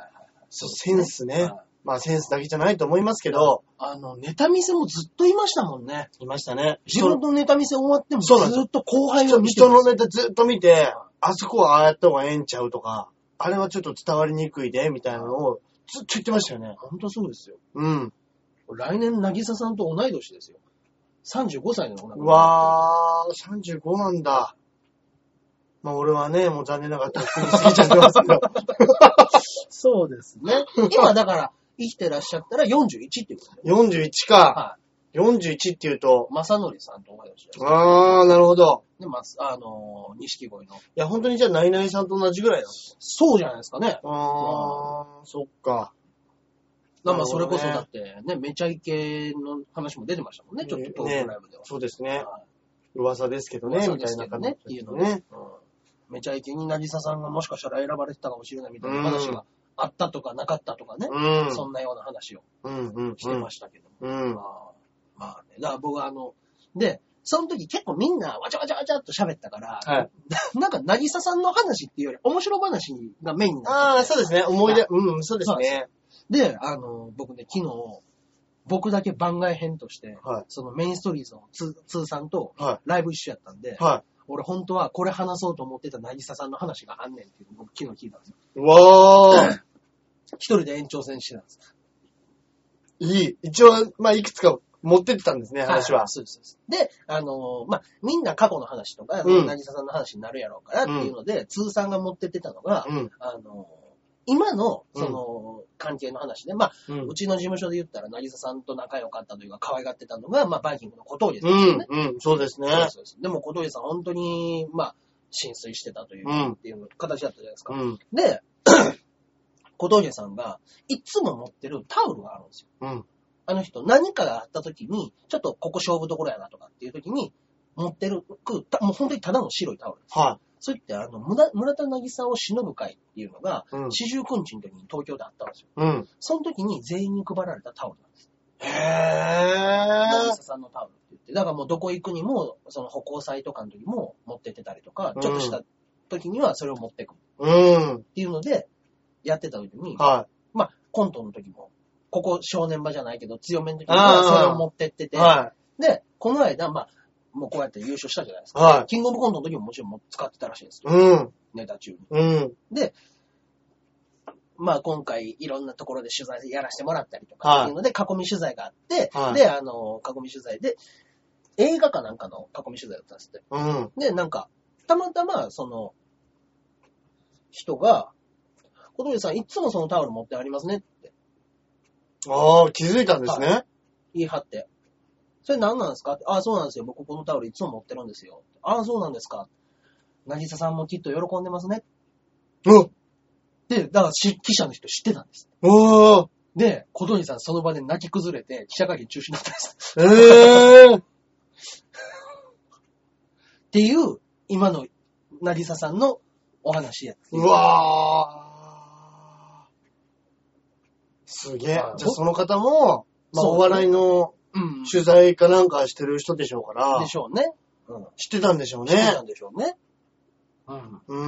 Speaker 2: そうセンスね
Speaker 1: はい。
Speaker 2: まあセンスだけじゃないと思いますけど、
Speaker 1: あの、ネタ見せもずっといましたもんね。
Speaker 2: いましたね。
Speaker 1: 自分のネタ見せ終わってもず
Speaker 2: そうなんです
Speaker 1: っと後輩を
Speaker 2: 人
Speaker 1: 見てる
Speaker 2: 人のネタずっと見て、あそこはああやった方がええんちゃうとか、あれはちょっと伝わりにくいで、みたいなのをずっと言ってましたよね。
Speaker 1: 本当そうですよ。
Speaker 2: うん。
Speaker 1: 来年、なぎささんと同い年ですよ。 35歳でお亡くなり
Speaker 2: う
Speaker 1: になっ
Speaker 2: わー、35なんだ。まあ俺はね、もう残念ながらとっくに過ぎちゃってます けど。
Speaker 1: てそうです ね。今だから、生きてらっしゃったら41っていうことね。
Speaker 2: 41
Speaker 1: は
Speaker 2: か。41って言うと、
Speaker 1: い。正則さんと同い年です。
Speaker 2: あー、なるほど。
Speaker 1: で、まあ、あのー、錦鯉の。
Speaker 2: いや、本当にじゃあ、ナイナイさんと同じぐらいな
Speaker 1: そうじゃないですかね。
Speaker 2: のあー、そっか。
Speaker 1: まあ、それこそ
Speaker 2: な
Speaker 1: だ
Speaker 2: るほ
Speaker 1: って、ね、めちゃイケの話も出てましたもんね、ちょっとトークライブでは。
Speaker 2: そうですね。
Speaker 1: は
Speaker 2: 噂ですけど
Speaker 1: まあ
Speaker 2: ね、
Speaker 1: そう
Speaker 2: み
Speaker 1: で
Speaker 2: た
Speaker 1: す
Speaker 2: い
Speaker 1: け
Speaker 2: な
Speaker 1: ど
Speaker 2: 感
Speaker 1: ね
Speaker 2: じ
Speaker 1: ってい
Speaker 2: で
Speaker 1: う
Speaker 2: す
Speaker 1: の
Speaker 2: よ
Speaker 1: は
Speaker 2: ね。
Speaker 1: うんめちゃイケに渚さんがもしかしたら選ばれてたかもしれないみたいな
Speaker 2: うん
Speaker 1: 話があったとかなかったとかね、
Speaker 2: うん。
Speaker 1: そんなような話を
Speaker 2: うんうん
Speaker 1: してましたけども。
Speaker 2: うん。
Speaker 1: まあ、まあね、だから僕はあの、で、その時結構みんなわちゃわちゃわちゃっと喋ったから、
Speaker 2: はい。
Speaker 1: なんか渚さんの話っていうより面白話がメインに
Speaker 2: あ
Speaker 1: なって
Speaker 2: ー、
Speaker 1: て
Speaker 2: そうですね。思い出。うん、そうです
Speaker 1: そう
Speaker 2: ね。
Speaker 1: で、あの、僕ね、昨日、僕だけ番外編として、
Speaker 2: はい
Speaker 1: そのメインストーリーズの通通さんと
Speaker 2: は
Speaker 1: ライブ一緒やったんで、
Speaker 2: い。は
Speaker 1: 俺本当はこれ話そうと思ってた渚さんの話があんねんっていうのを僕昨日聞いたんですよ。
Speaker 2: い。うわー。
Speaker 1: 一人で延長戦してたんです。
Speaker 2: いい。一応、まあ、いくつか持ってってたんですね、話は。
Speaker 1: そうですそうです。で、あのーまあ、みんな過去の話とか、
Speaker 2: うん
Speaker 1: 渚さんの話になるやろうからっていうので、通さんが持ってってたのが、
Speaker 2: うん。
Speaker 1: あのー今の、その、関係の話で、まあ、
Speaker 2: う。
Speaker 1: うんちの事務所で言ったら、渚さんと仲良かったというか、可愛がってたのが、まあ、バイキングの小峠さん
Speaker 2: う
Speaker 1: ですよね。
Speaker 2: ん。うん。そうですね。
Speaker 1: そうです。でも小峠さん本当に、まあ、浸水してたという、
Speaker 2: うん
Speaker 1: っていう形だったじゃないですか。
Speaker 2: うん。
Speaker 1: で、 小峠さんが、いつも持ってるタオルがあるんですよ。
Speaker 2: うん。
Speaker 1: あの人、何かがあった時に、ちょっとここ勝負どころやなとかっていう時に、持ってる、たもう本当にただの白いタオル。
Speaker 2: は
Speaker 1: それって、あの、村村田渚を忍ぶ会っていうのが、
Speaker 2: い。うん。
Speaker 1: 四十九日の時に東京であったんですよ。
Speaker 2: うん。
Speaker 1: その時に全員に配られたタオルなんです。
Speaker 2: へ
Speaker 1: 渚
Speaker 2: ー。
Speaker 1: さんのタオルって言って。だからもうどこ行くにも、その歩行祭とかの時も持ってってたりとか
Speaker 2: う、ん
Speaker 1: ちょっとした時にはそれを持ってくっ
Speaker 2: うん。
Speaker 1: ていうので、やってた時に、
Speaker 2: は
Speaker 1: まあ、コントの時も、ここ少年場じゃないけど、強めの時
Speaker 2: あ
Speaker 1: は
Speaker 2: ー
Speaker 1: それを持ってって
Speaker 2: い。
Speaker 1: て、
Speaker 2: は
Speaker 1: で、この間、まあ、もうこうやって優勝したじゃないです
Speaker 2: い。
Speaker 1: か。
Speaker 2: は
Speaker 1: キングオブコントの時ももちろんもう使ってたらしいんです
Speaker 2: い。
Speaker 1: よ。
Speaker 2: うん。
Speaker 1: ネタ中に。
Speaker 2: うん。
Speaker 1: まあ今回いろんなところで取材やらせてもらったりと
Speaker 2: は
Speaker 1: か
Speaker 2: い
Speaker 1: っていうので、囲み取材があって、
Speaker 2: はい
Speaker 1: で、あの、囲み取材で、映画かなんかの囲み取材だったんですって。
Speaker 2: うん。
Speaker 1: で、なんか、たまたま、その、人が、小鳥さんいつもそのタオル持ってありますねって
Speaker 2: ああ、気づいたんですね。
Speaker 1: 言い張って、それ何なんですかって、ああ、そうなんですよ。僕このタオルいつも持ってるんですよ。ああ、そうなんですか。渚さんもきっと喜んでますね。
Speaker 2: うわ
Speaker 1: で、だからし記者の人知ってたんです。
Speaker 2: おー
Speaker 1: で、小鳥さんその場で泣き崩れて、記者会見中止になったんです。
Speaker 2: えー、
Speaker 1: っていう、今の、なぎささんのお話や。
Speaker 2: うわーすげえ。じゃ
Speaker 1: は
Speaker 2: あ
Speaker 1: い
Speaker 2: その方も、まあ、
Speaker 1: そう
Speaker 2: お笑いの
Speaker 1: うん。で
Speaker 2: 取材かなんかしてる人でしょうから、
Speaker 1: しょうね。うん。
Speaker 2: 知ってたんでしょう
Speaker 1: そう
Speaker 2: ね。
Speaker 1: なんでしょうね。うん。
Speaker 2: う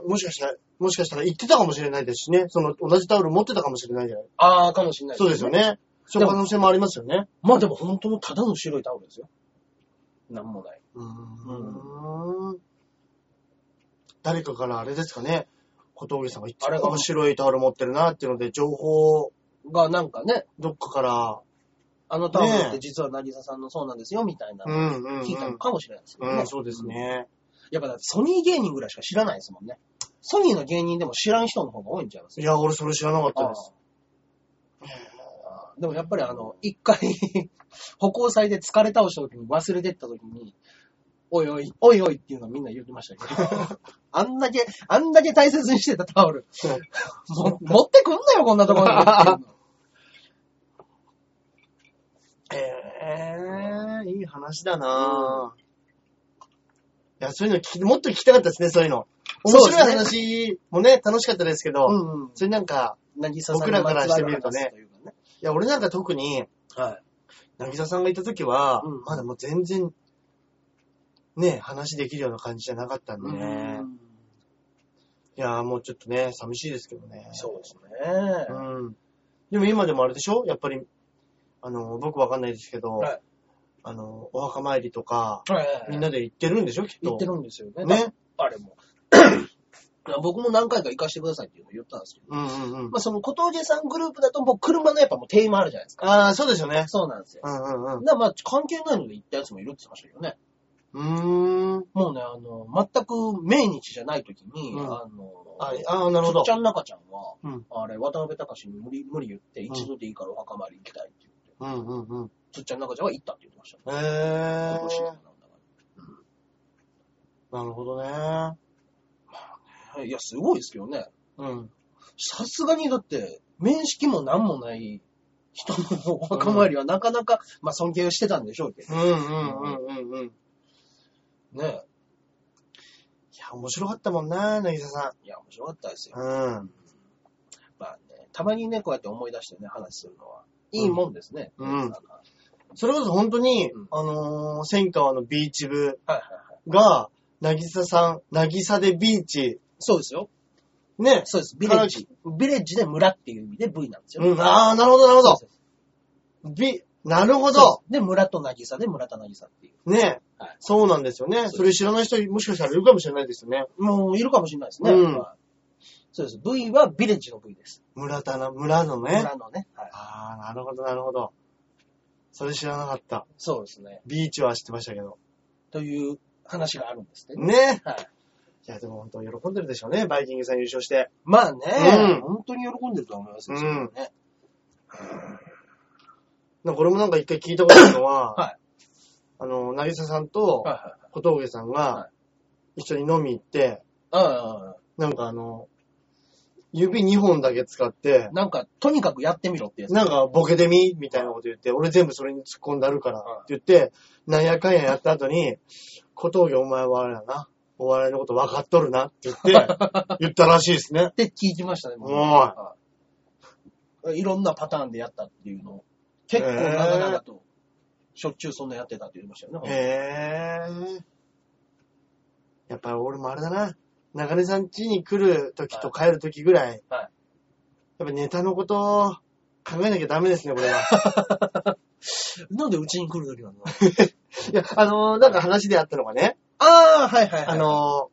Speaker 2: ーん。もしかしたら、もしかしたら行ってたかもしれないですしね。その同じタオル持ってたかもしれないじゃない。
Speaker 1: ああ、かもしれない、
Speaker 2: そうですよ。ね。そ
Speaker 1: で
Speaker 2: の
Speaker 1: も
Speaker 2: 可能性もありますよね。
Speaker 1: まあでも本当のただの白いタオルですよ。なんもない。
Speaker 2: うーん。誰かからあれですかね。小峠さんがいつ
Speaker 1: あれか
Speaker 2: も白いタオル持ってるなっていうので、情報を
Speaker 1: が、なんかね、
Speaker 2: どっかから、
Speaker 1: あのタオルっ
Speaker 2: ね
Speaker 1: て
Speaker 2: え
Speaker 1: 実はなぎささんのそうなんですよ、みたいな、
Speaker 2: んうん、
Speaker 1: 聞いたのかもしれないですけど
Speaker 2: う
Speaker 1: ね。
Speaker 2: ん、そうですね。
Speaker 1: やっぱだってソニー芸人ぐらいしか知らないですもんね。ソニーの芸人でも知らん人の方が多いんちゃいます
Speaker 2: いや、俺それ知らなかったです。
Speaker 1: あーでもやっぱりあの、一回、 歩行祭で疲れ倒した時に忘れてった時に、おいおい、おいおいっていうのはみんな言ってました けど。あんだけ、あんだけ大切にしてたタオル。も持ってくんなよ、こんなところにっていうの。
Speaker 2: ええいい話だなぁ。いや、そういうの聞き、もっと聞きたかったですね、そういうの。面
Speaker 1: そう
Speaker 2: 白
Speaker 1: です
Speaker 2: い
Speaker 1: ね
Speaker 2: 話もね、楽しかったです けど、
Speaker 1: うんうん。
Speaker 2: それなんか、
Speaker 1: 渚さん
Speaker 2: 僕
Speaker 1: に
Speaker 2: ら
Speaker 1: ま
Speaker 2: か
Speaker 1: つわる
Speaker 2: らしてみるとね
Speaker 1: 話というかね。
Speaker 2: いや、俺なんか特に、
Speaker 1: はい。
Speaker 2: なぎささんがいた時は、
Speaker 1: うん
Speaker 2: まだもう全然、ね、話できるような感じじゃなかったんでね。
Speaker 1: うん
Speaker 2: いや、もうちょっとね、寂しいですけどね。
Speaker 1: そうですね。
Speaker 2: うん。でも今でもあれでしょやっぱり、あの、僕わかんないですけど、
Speaker 1: はい
Speaker 2: あの、お墓参りとか、
Speaker 1: はい
Speaker 2: みんなで行ってるんでしょきっと。
Speaker 1: 言ってるんですよね。
Speaker 2: ね。
Speaker 1: あれも。いや僕も何回か行かしてくださいっていうのを言ったんですけど、
Speaker 2: うんうんうん。
Speaker 1: まあその小峠さんグループだともう車のやっぱもう定員もあるじゃないですか。
Speaker 2: ああ、そうですよね。
Speaker 1: そうなんですよ。
Speaker 2: うんうん
Speaker 1: だからまあ関係ないので行ったやつもいるって言ってましたけどね。
Speaker 2: うん。うーん。
Speaker 1: もうね、あの、全く命日じゃない時に、
Speaker 2: うん
Speaker 1: あの、
Speaker 2: ああー、なる
Speaker 1: ち
Speaker 2: ほ
Speaker 1: っ
Speaker 2: ど
Speaker 1: ち。ゃん中ちゃんは、
Speaker 2: うん
Speaker 1: あれ、渡辺隆に無理、無理言って、一度でいいからお墓参り行きたいって言って、
Speaker 2: うんうんうん。
Speaker 1: つっちゃん中ちゃんは行ったって言ってました。
Speaker 2: へえ
Speaker 1: 今年な
Speaker 2: ー
Speaker 1: ん。だか
Speaker 2: なるほどね。
Speaker 1: らいや、すごいですけどね。
Speaker 2: うん。
Speaker 1: さすがにだって、面識も何もない人のお墓参りはなかなか、まあ尊敬してたんでしょうけど
Speaker 2: うんうんうんうんうん。い
Speaker 1: ね。
Speaker 2: や、面白かったもんな、なぎささ
Speaker 1: いや、面白かったですよ。
Speaker 2: ん。うん。
Speaker 1: まあね、たまにね、こうやって思い出してね、話するのは、いいもんですね。
Speaker 2: うん
Speaker 1: あの
Speaker 2: うんそれこそ本当に、
Speaker 1: うん
Speaker 2: あのー、千川のビーチ部
Speaker 1: はいはいはい。
Speaker 2: が、なぎささん、なぎさでビーチ、
Speaker 1: そうですよ。
Speaker 2: ね。
Speaker 1: そうです。ビレッジ。ビレッジで村っていう意味で V なんですよ。
Speaker 2: うん、ああ、なるほど、なるほ
Speaker 1: そう
Speaker 2: ど。ビ、なるほ
Speaker 1: です。そ
Speaker 2: ど。
Speaker 1: うですで、村と渚で村と渚っていう。
Speaker 2: ね。
Speaker 1: はい
Speaker 2: そうなんですよね。
Speaker 1: す
Speaker 2: それ知らない人、もしかしたらいるかもしれないですよね。
Speaker 1: もう、いるかもしれないですね。
Speaker 2: うん
Speaker 1: はいそうです。V はビレッジの V です。
Speaker 2: 村田な、村のね。
Speaker 1: 村のね。はい。
Speaker 2: ああ、なるほど、なるほど。それ知らなかった。
Speaker 1: そうですね。
Speaker 2: ビーチは知ってましたけど。
Speaker 1: という話があるんですってね。
Speaker 2: ね。
Speaker 1: はい。
Speaker 2: いや、でも本当喜んでるでしょうね。バイキングさん優勝して。
Speaker 1: まあね、
Speaker 2: うん
Speaker 1: 本当に喜んでると思いますよ、
Speaker 2: うん
Speaker 1: それはね。
Speaker 2: なんか俺もなんか一回聞いたことあるの は、
Speaker 1: はい
Speaker 2: あの、なぎささんと
Speaker 1: はいはい
Speaker 2: 小峠さん
Speaker 1: は
Speaker 2: が一緒に飲み行って、
Speaker 1: あ
Speaker 2: なんかあの、指2本だけ使って
Speaker 1: あ、、なんか、とにかくやってみろってやつ。
Speaker 2: なんかボケてみみたいなこと言って、俺全部それに突っ込んであるからって言って、なんやかんややった後に、小峠お前はあれだな。お笑いのこと分かっとるなって 言って、言ったらしいですね。
Speaker 1: って聞きましたね。僕
Speaker 2: お
Speaker 1: はいいろんなパターンでやったっていうのを、結構長々と、しょっちゅうそんなやってたって言いましたよね。
Speaker 2: へえ。やっぱり俺もあれだな。中根さん家に来る時と帰る時ぐらい。
Speaker 1: はい
Speaker 2: やっぱネタのことを考えなきゃダメですね、これ は。
Speaker 1: なんでうちに来る時なの
Speaker 2: いや、あのーなんか話であったのがね、
Speaker 1: ああ、はいはいはい。
Speaker 2: あ、の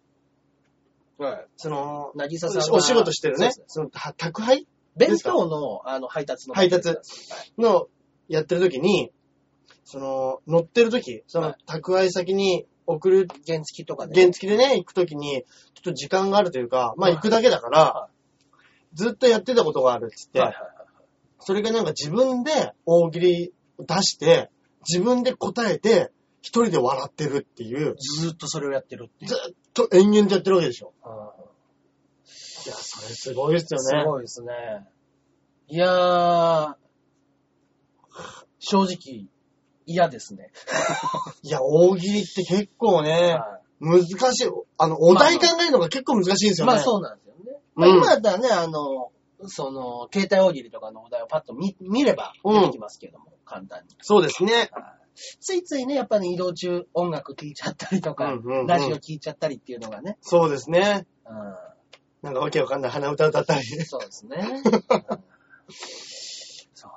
Speaker 1: はい
Speaker 2: ー、その、
Speaker 1: なぎささんが
Speaker 2: お仕事してる
Speaker 1: そう
Speaker 2: ね、
Speaker 1: で
Speaker 2: そ
Speaker 1: す
Speaker 2: の、た宅配
Speaker 1: 弁当の、あの、配達の。
Speaker 2: 配達
Speaker 1: はい
Speaker 2: の、やってる時に、その、乗ってる時、そ
Speaker 1: は
Speaker 2: の
Speaker 1: い、
Speaker 2: 宅配先に送る、
Speaker 1: 原付とかね。
Speaker 2: 原付でね、行く時に、ちょっと時間があるというか、ま
Speaker 1: は
Speaker 2: あ
Speaker 1: い
Speaker 2: 行くだけだから
Speaker 1: は、
Speaker 2: ずっとやってたことがあるっつって
Speaker 1: はい、はいはい。
Speaker 2: それがなんか自分で大喜利出して、自分で答えて、一人で笑ってるっていう、
Speaker 1: ずーっとそれをやってるっていう。
Speaker 2: ずっと延々とやってるわけでしょ。
Speaker 1: あー
Speaker 2: いや、それすごいですよ
Speaker 1: す
Speaker 2: ね。
Speaker 1: ごいですね。いやー、正直、嫌ですね。
Speaker 2: いや、大喜利って結構ね、
Speaker 1: は
Speaker 2: 難しい。あの、お題考えるのが結構難しいんで
Speaker 1: い
Speaker 2: すよね。
Speaker 1: まあそうなんですよね。まあ
Speaker 2: うん
Speaker 1: 今だったらね、あの、その、携帯大喜利とかのお題をパッと見見れば
Speaker 2: うん
Speaker 1: 出てきますけども、簡単に。
Speaker 2: そうですね。
Speaker 1: ついついね、やっぱり、移動中音楽聴いちゃったりとか、
Speaker 2: うんうんうん
Speaker 1: ラジオ聴いちゃったりっていうのがね、
Speaker 2: そうですね。
Speaker 1: う
Speaker 2: なんかわけわかんない鼻歌歌ったり。
Speaker 1: ん、そうです ね。うん そ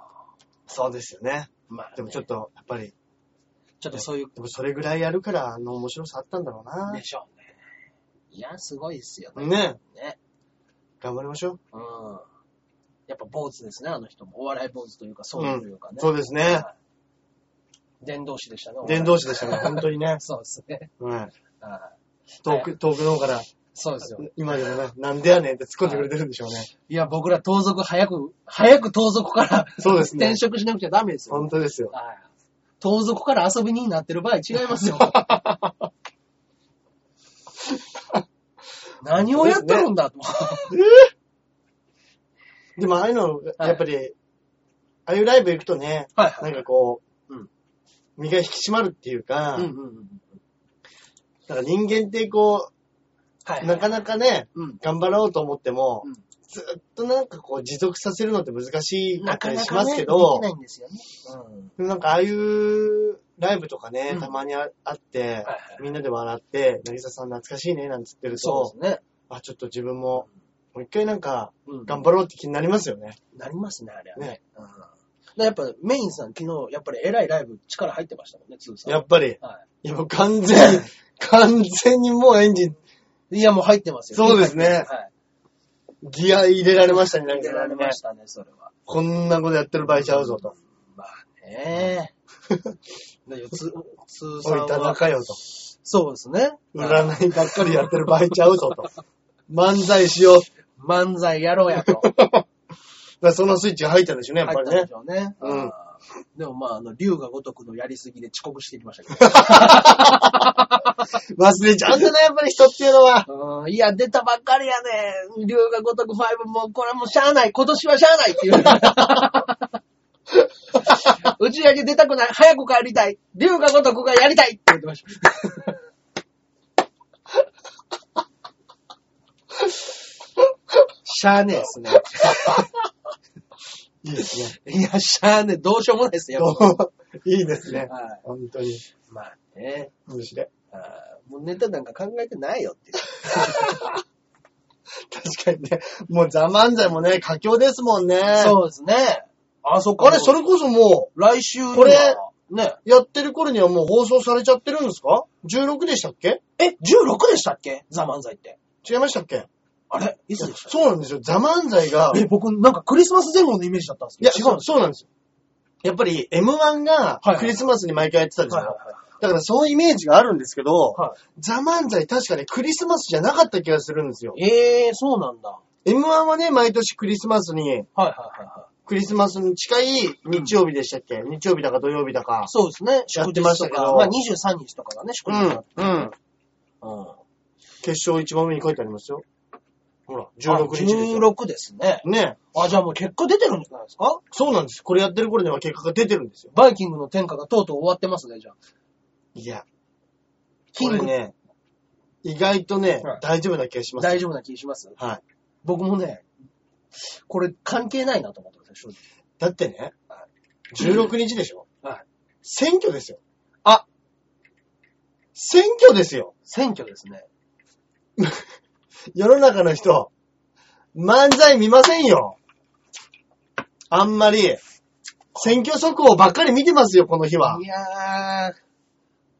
Speaker 2: そうですよね。
Speaker 1: う。まあね、
Speaker 2: でもちょっと、やっぱり、
Speaker 1: ちょっとそういう
Speaker 2: でもそれぐらいやるから、あの、面白さあったんだろうな。
Speaker 1: でしょうね。いや、すごいですよね。
Speaker 2: ね。
Speaker 1: ね
Speaker 2: 頑張りましょう。
Speaker 1: うん。やっぱ坊主ですね、あの人も。お笑い坊主というか、そうというかね。
Speaker 2: そうですね。
Speaker 1: 伝道師でしたね。
Speaker 2: 伝道
Speaker 1: 師。
Speaker 2: 師でした ね、本当にね。
Speaker 1: そうですね。
Speaker 2: うん。
Speaker 1: あ
Speaker 2: 遠く、遠くの方から、
Speaker 1: そうですよ。
Speaker 2: 今でもな、なんでやねんって突っ込んでくれてるんでしょうね。
Speaker 1: いや、僕ら盗賊早く、早く盗賊から
Speaker 2: そうですね
Speaker 1: 転職しなくちゃダメですよ
Speaker 2: 本。当ですよ。
Speaker 1: はい盗賊から遊びになってる場合違います よ。何をやってるんだと。
Speaker 2: でもああいうの、
Speaker 1: はい
Speaker 2: やっぱり、ああいうライブ行くとね、
Speaker 1: はい
Speaker 2: な
Speaker 1: は
Speaker 2: ん
Speaker 1: い。
Speaker 2: かこう、
Speaker 1: うん
Speaker 2: 身が引き締まるっていうか、
Speaker 1: うんうんうん。
Speaker 2: だから人間ってこ
Speaker 1: は
Speaker 2: う、
Speaker 1: い。
Speaker 2: なかなかね、
Speaker 1: うん。
Speaker 2: 頑張ろうと思っても、
Speaker 1: うん
Speaker 2: ずっとなんかこう持続させるのって難しか
Speaker 1: な
Speaker 2: った
Speaker 1: か
Speaker 2: り
Speaker 1: な
Speaker 2: し
Speaker 1: か
Speaker 2: ま
Speaker 1: ね、
Speaker 2: す
Speaker 1: で
Speaker 2: け
Speaker 1: き
Speaker 2: ど、
Speaker 1: ないんですよね。うん。
Speaker 2: なんかああいうライブとかね
Speaker 1: う、ん
Speaker 2: たまにああって、
Speaker 1: はい
Speaker 2: みんなで笑って、なぎささん懐かしいねなんつってる
Speaker 1: そ
Speaker 2: と、
Speaker 1: うですね。
Speaker 2: あ、ちょっと自分も、もう一回なんか、
Speaker 1: うん
Speaker 2: 頑張ろうって気になりますよね。
Speaker 1: なりますね、あれはね。
Speaker 2: ね
Speaker 1: うん、だからやっぱメインさん、昨日、やっぱりえらいライブ力入ってましたもんね、通算。
Speaker 2: やっぱり。
Speaker 1: はい
Speaker 2: や、もう完全に、完全にもうエンジン、
Speaker 1: いや、もう入ってますよ。
Speaker 2: そうですね
Speaker 1: はい。
Speaker 2: ギア入れられましたね、なん
Speaker 1: 入
Speaker 2: か
Speaker 1: れられましたね、それは。
Speaker 2: こんなことやってる場合ちゃうぞと。
Speaker 1: まあ ね。だよ、つ、通
Speaker 2: おい、
Speaker 1: 算
Speaker 2: 田
Speaker 1: は。
Speaker 2: 中よと。
Speaker 1: そうですね。
Speaker 2: 占いばっかりやってる場合ちゃうぞと。漫才しよう。
Speaker 1: 漫才やろうやと。
Speaker 2: だからそのスイッチが入ったんで しょうね、やっ
Speaker 1: 入
Speaker 2: ぱ
Speaker 1: っ
Speaker 2: り
Speaker 1: たん
Speaker 2: ね
Speaker 1: でし。ょうね。
Speaker 2: う
Speaker 1: あ
Speaker 2: ん
Speaker 1: ーでもまあ、あの、竜が如くのやりすぎで遅刻してきましたけ
Speaker 2: 忘れちゃうんだな、やっぱり人っていうのは。
Speaker 1: ど。うーんいや、出たばっかりやね。竜が如く5もうこれはもうしゃあない。今年はしゃあないっていう。 打ち上げ出たくない。早く帰りたい。竜が如くがやりたいって言ってました。しゃあねえっすね。
Speaker 2: いいです ね。
Speaker 1: いや、しゃあねえ。どうしようもないっすよ。やっ
Speaker 2: いいですね
Speaker 1: ぱ。はい。
Speaker 2: 本当に。
Speaker 1: まあね。
Speaker 2: 面白い。
Speaker 1: あーもうネタなんか考えてないよっていう。
Speaker 2: 確かにね。もうザ・漫才もね、佳境ですもんね。
Speaker 1: そうですね。あ、そっか。
Speaker 2: あれ、それこそも
Speaker 1: 来週には
Speaker 2: これ
Speaker 1: ね。
Speaker 2: う、やってる頃にはもう放送されちゃってるんですか ?16 でしたっけ
Speaker 1: え、16でしたっけザ・漫才って。
Speaker 2: 違いましたっけ
Speaker 1: あれいつでした
Speaker 2: そうなんですよ。ザ・漫才が、
Speaker 1: え、僕、なんかクリスマス前後のイメージだったんです
Speaker 2: いや、
Speaker 1: けど。
Speaker 2: そ
Speaker 1: 違
Speaker 2: う
Speaker 1: う
Speaker 2: そうなんですよ。やっぱり M1 が
Speaker 1: はい
Speaker 2: クリスマスに毎回やってたでしょ、
Speaker 1: はいはいはい
Speaker 2: だからそのイメージがあるんですけど、
Speaker 1: は
Speaker 2: ザ・漫才確かにクリスマスじゃなかった気がするんですよ。
Speaker 1: えー、そうなんだ。は
Speaker 2: M1 はね、毎年クリスマスに、
Speaker 1: いはいはいはい。
Speaker 2: クリスマスに近い日曜日でしたっけ、日曜日だか土曜日だか。
Speaker 1: そうですね。
Speaker 2: や
Speaker 1: 祝
Speaker 2: って
Speaker 1: 日
Speaker 2: ました
Speaker 1: と
Speaker 2: け
Speaker 1: か。
Speaker 2: ど
Speaker 1: まあ23日とかがね、祝
Speaker 2: う
Speaker 1: 日
Speaker 2: ん、う
Speaker 1: だ
Speaker 2: ん
Speaker 1: っ。
Speaker 2: 決勝一番目に書いてありますよ。ほら、
Speaker 1: た。うん。
Speaker 2: 16日ですよ。
Speaker 1: 16ですね。
Speaker 2: ね
Speaker 1: あ、じゃあもう結果出てるんじゃないですか
Speaker 2: そうなんです。これやってる頃には結果が出てるんですよ。
Speaker 1: バイキングの天下がとうとう終わってますね、じゃあ。
Speaker 2: いや、
Speaker 1: キ
Speaker 2: こ
Speaker 1: ン
Speaker 2: れ
Speaker 1: グ、
Speaker 2: ね、意外とね、
Speaker 1: はい
Speaker 2: 大丈夫な気がします。
Speaker 1: 大丈夫な気します
Speaker 2: はい。
Speaker 1: 僕もね、これ関係ないなと思ってますよ、正直。
Speaker 2: だってね
Speaker 1: は、
Speaker 2: 16日でしょ
Speaker 1: はい
Speaker 2: 選挙ですよ。
Speaker 1: あ
Speaker 2: 選挙ですよ。
Speaker 1: 選挙ですね。
Speaker 2: 世の中の人、漫才見ませんよ。あんまり、選挙速報ばっかり見てますよ、この日は。
Speaker 1: いやー、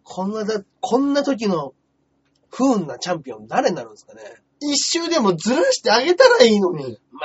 Speaker 1: こんなだ、こんな時の不運なチャンピオン誰になるんですかね。
Speaker 2: 一周でもずるしてあげたらいいのに。
Speaker 1: ま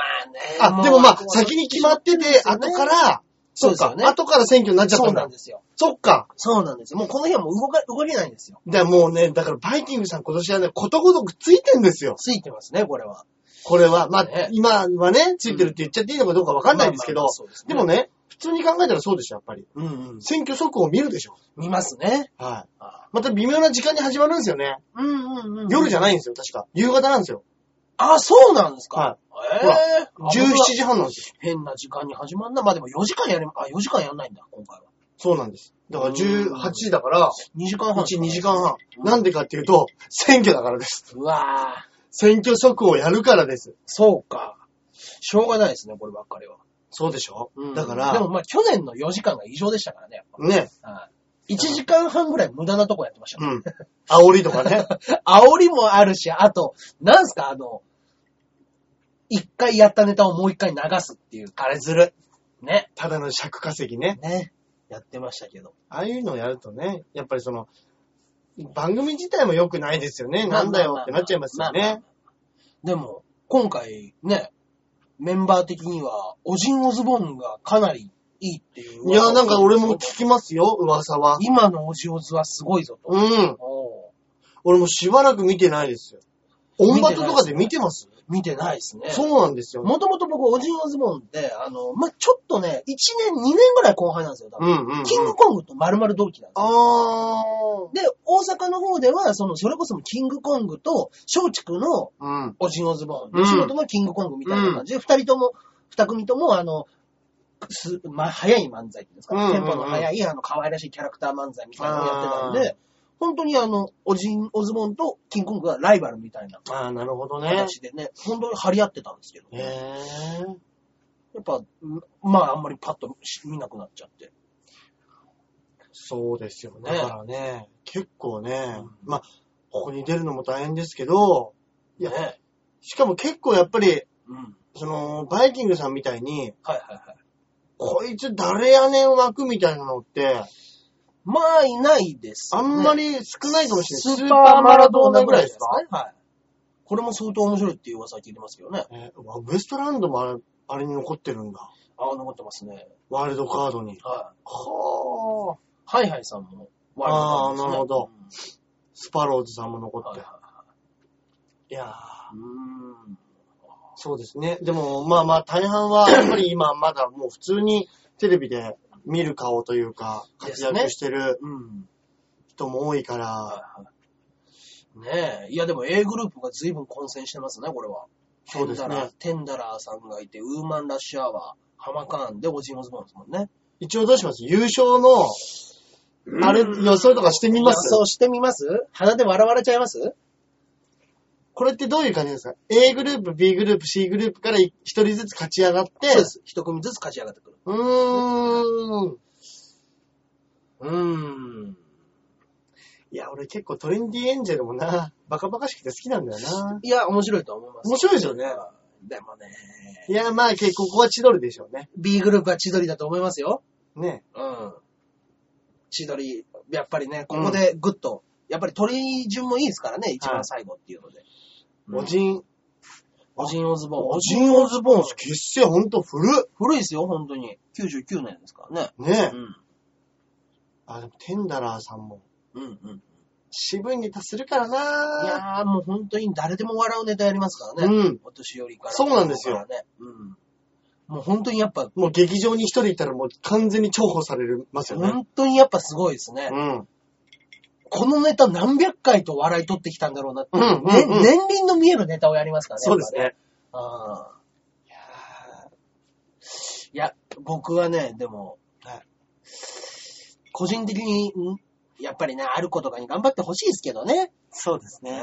Speaker 1: あね。
Speaker 2: あ、でもまあ、先
Speaker 1: に
Speaker 2: に決まってて、後から、
Speaker 1: そうで
Speaker 2: そう
Speaker 1: すよ
Speaker 2: か、
Speaker 1: ね
Speaker 2: 後から選挙になっちゃっ
Speaker 1: そ
Speaker 2: た
Speaker 1: うんなん
Speaker 2: だ。
Speaker 1: ですよ。
Speaker 2: そっか。
Speaker 1: そうなんですよ。もうこの日はもう動か、動けないんですよ。
Speaker 2: だからもうね、だからバイキングさん今年はね、ことごとくついてんですよ。
Speaker 1: ついてますね、これは。
Speaker 2: これは、まあ、
Speaker 1: ね
Speaker 2: 今はね、ついてるって言っちゃっていいのかどうかわかんないんですけ
Speaker 1: まあま
Speaker 2: ど
Speaker 1: あまあそうです、ね
Speaker 2: でもね、普通に考えたらそうでしょ、やっぱり。
Speaker 1: うんうん。
Speaker 2: 選挙速報見るでしょ。
Speaker 1: 見ますね。
Speaker 2: はい。
Speaker 1: あ
Speaker 2: また微妙な時間に始まるんですよね。
Speaker 1: うんうんうん。
Speaker 2: 夜じ
Speaker 1: ゃん。
Speaker 2: ゃないんですよ、確か。夕方なんですよ。
Speaker 1: あ、そうなんですか。ええー。
Speaker 2: 17
Speaker 1: 時。
Speaker 2: 時半なんですよ。
Speaker 1: 変な時間に始まんな。まあでも4時間やれ、あ、4時間やんないんだ、今回は。
Speaker 2: そうなんです。だから
Speaker 1: うん
Speaker 2: 18時だから、
Speaker 1: 2時間半。
Speaker 2: うち2時間半。
Speaker 1: うん
Speaker 2: なんでかっていうと、選挙だからです。
Speaker 1: うわぁ、
Speaker 2: 選挙速報やるからです。
Speaker 1: そうか。しょうがないですね、こればっかりは。
Speaker 2: そうでしょ
Speaker 1: うん
Speaker 2: だ
Speaker 1: で
Speaker 2: か
Speaker 1: も
Speaker 2: ら、
Speaker 1: まあ、去年の4時間が異常でしたからね、やっ
Speaker 2: ね、
Speaker 1: ぱ。はい1時間半ぐらい無駄なとこやってました
Speaker 2: う
Speaker 1: ね。
Speaker 2: ん。煽りとか ね。
Speaker 1: 煽りもあるし、あと、なんすか、あの、一回やったネタをもう一回流すっていう。
Speaker 2: あれずる。
Speaker 1: ね。
Speaker 2: ただの尺稼ぎね。
Speaker 1: ね。やってましたけど。
Speaker 2: ああいうのをやるとね、やっぱりその、番組自体も良くないですよね。なんだよってなっちゃいますよ
Speaker 1: まあまあま
Speaker 2: ね。
Speaker 1: でも、今回ね、メンバー的には、オジンオズボーンがかなりいいっていう
Speaker 2: い
Speaker 1: 噂を聞いて。
Speaker 2: や、なんか俺も聞きますよ、噂は。
Speaker 1: 今のオジオズはすごいぞと。
Speaker 2: うん。
Speaker 1: お
Speaker 2: 俺もしばらく見てないですよ。オンバトとかで見てます
Speaker 1: ー見てないですね。
Speaker 2: そうなんですよ。
Speaker 1: もともと僕、オジンオズボーンって、あの、まあ、ちょっとね、1年、2年ぐらい後輩なんですよ、多
Speaker 2: う
Speaker 1: 分。
Speaker 2: んうん、うん。
Speaker 1: キングコングと丸々同期なんですよ。
Speaker 2: あ
Speaker 1: で、大阪の方では、その、それこそキングコングと、松竹の
Speaker 2: ー。うん。
Speaker 1: オジンオズボー
Speaker 2: う
Speaker 1: ン、
Speaker 2: ん
Speaker 1: 仕事のキングコングみたいな感じで、二、人とも、二組とも、あの、す、ま、早い漫才っていうんですか、
Speaker 2: うんうんうん
Speaker 1: テンポの早い、あの、可愛らしいキャラクター漫才みたいなのをやってたんで、本当にあの、オジンオズボーンとキングコングがライバルみたいな
Speaker 2: ああ、なるほどね。
Speaker 1: 形でね、本当に張り合ってたんですけど、
Speaker 2: へえ。
Speaker 1: やっぱ、んまあ、あんまりパッと見なくなっちゃって。
Speaker 2: そうですよね。
Speaker 1: ね
Speaker 2: だからね、結構ね
Speaker 1: うん、
Speaker 2: まあ、ここに出るのも大変ですけど、いや
Speaker 1: ね。
Speaker 2: しかも結構やっぱり、
Speaker 1: うん。はい
Speaker 2: その、バイキングさんみたいに、
Speaker 1: はいはい。
Speaker 2: こいつ誰やねん枠みたいなのって、
Speaker 1: まあ、いないです、
Speaker 2: あんま
Speaker 1: り、
Speaker 2: り少ないかもしれ
Speaker 1: ス
Speaker 2: な
Speaker 1: ー
Speaker 2: い。
Speaker 1: パーマラドーナぐらいですかね。はい。これも相当面白いっていう噂は聞いてますけどね。
Speaker 2: えーうわウエストランドもあれあれに残ってるんだ。
Speaker 1: ああ、残ってますね。
Speaker 2: ワイルドカードに。
Speaker 1: は
Speaker 2: はあ。
Speaker 1: い。はいはいさんもワイルドんですね
Speaker 2: あーなるほど
Speaker 1: うん
Speaker 2: スパローズさんも残っ
Speaker 1: はい
Speaker 2: て。
Speaker 1: はい
Speaker 2: やー
Speaker 1: いうん。
Speaker 2: そうですね。でも、まあまあ、大半 は、やっぱり今まだもう普通にテレビで見る顔というか、
Speaker 1: です
Speaker 2: 活
Speaker 1: ね
Speaker 2: 躍してる
Speaker 1: うん。
Speaker 2: 人も多いから、
Speaker 1: はいはい。ねえ。いや、でも A グループが随分混戦してますね、これは。
Speaker 2: そうです
Speaker 1: テン
Speaker 2: ね
Speaker 1: ダラーテンダラーさんがいて、ウーマンラッシュアワー、ハマカーンでオジンオズボーンですもんね。
Speaker 2: 一応どうします優勝の、あれ、予想とかしてみます
Speaker 1: そうしてみます鼻で笑われちゃいます
Speaker 2: これってどういう感じですか ?A グループ、B グループ、C グループから一人ずつ勝ち上がって、
Speaker 1: そうです。一組ずつ勝ち上がってくる。
Speaker 2: うーん。
Speaker 1: うーん。
Speaker 2: いや、俺結構トレンディエンジェルもな、バカバカしくて好きなんだよな。
Speaker 1: いや、面白いと思います。
Speaker 2: 面白いですよね。
Speaker 1: でもね、
Speaker 2: いや、まあ結構ここは千鳥でしょうね。
Speaker 1: B グループは千鳥だと思いますよ。
Speaker 2: ね。
Speaker 1: うん。千鳥、やっぱりね、ここでグッと、やっぱり鳥順もいいですからね、一番最後っていうので。
Speaker 2: おじん、
Speaker 1: オジンオズボーン。
Speaker 2: オジンオズボーン、結成ほんと古っ
Speaker 1: 古いですよ、本当に。99年ですからね。
Speaker 2: ね
Speaker 1: うん。
Speaker 2: え。あ、でもテンダラーさんも、
Speaker 1: うんうん。
Speaker 2: 渋いネタするからない
Speaker 1: やー、もう本当に誰でも笑うネタやりますからね。
Speaker 2: うん。
Speaker 1: お年寄りから。
Speaker 2: そうなんですよ
Speaker 1: 子供からね。うん。もう本当にやっぱ、
Speaker 2: もう劇場に一人いたらもう完全に重宝されますよね。
Speaker 1: 本当にやっぱすごいですね。
Speaker 2: うん。
Speaker 1: このネタ何百回と笑い取ってきたんだろうなって。
Speaker 2: うんうんう
Speaker 1: ね
Speaker 2: ん
Speaker 1: 年輪の見えるネタをやりますからね。
Speaker 2: そうですね。
Speaker 1: やっぱね。あーいや、僕はね、でも、
Speaker 2: はい
Speaker 1: 個人的に、んやっぱりね、あることかに頑張ってほしいですけどね。
Speaker 2: そうです
Speaker 1: うん。
Speaker 2: ね。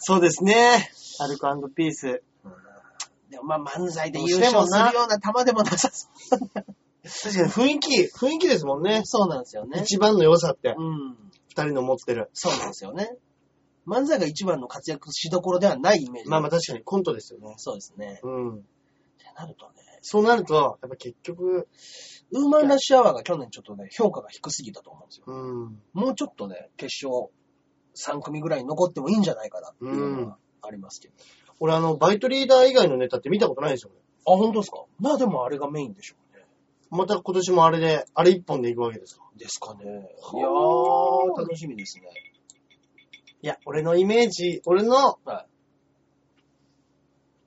Speaker 2: そうですね。アルコピース。
Speaker 1: でもまあ漫才で優勝するような玉でもなさそ
Speaker 2: 確かに雰囲気、雰囲気ですもん
Speaker 1: う。
Speaker 2: ね。
Speaker 1: そうなんですよね。
Speaker 2: 一番の良さって、
Speaker 1: うん。
Speaker 2: 二人の持ってる。
Speaker 1: そうなんですよね。漫才が一番の活躍しどころではないイメージ。
Speaker 2: まあまあ確かにコントですよね。
Speaker 1: そうですね。
Speaker 2: うん。
Speaker 1: ってなるとね、
Speaker 2: そうなると、やっぱ結局、
Speaker 1: ウーマンラッシュアワーが去年ちょっとね、評価が低すぎたと思うんですよ。
Speaker 2: うん。
Speaker 1: もうちょっとね、決勝3組ぐらいに残ってもいいんじゃないかなっていうのがありますけど。
Speaker 2: 俺あの、バイトリーダー以外のネタって見たことないですよね。
Speaker 1: あ、本当ですかまあでもあれがメインでしょうね。
Speaker 2: また今年もあれで、あれ一本で行くわけですか
Speaker 1: ですかね。いや
Speaker 2: は
Speaker 1: ー、
Speaker 2: あ
Speaker 1: 楽しみですね。
Speaker 2: いや、俺のイメージ、俺の
Speaker 1: は。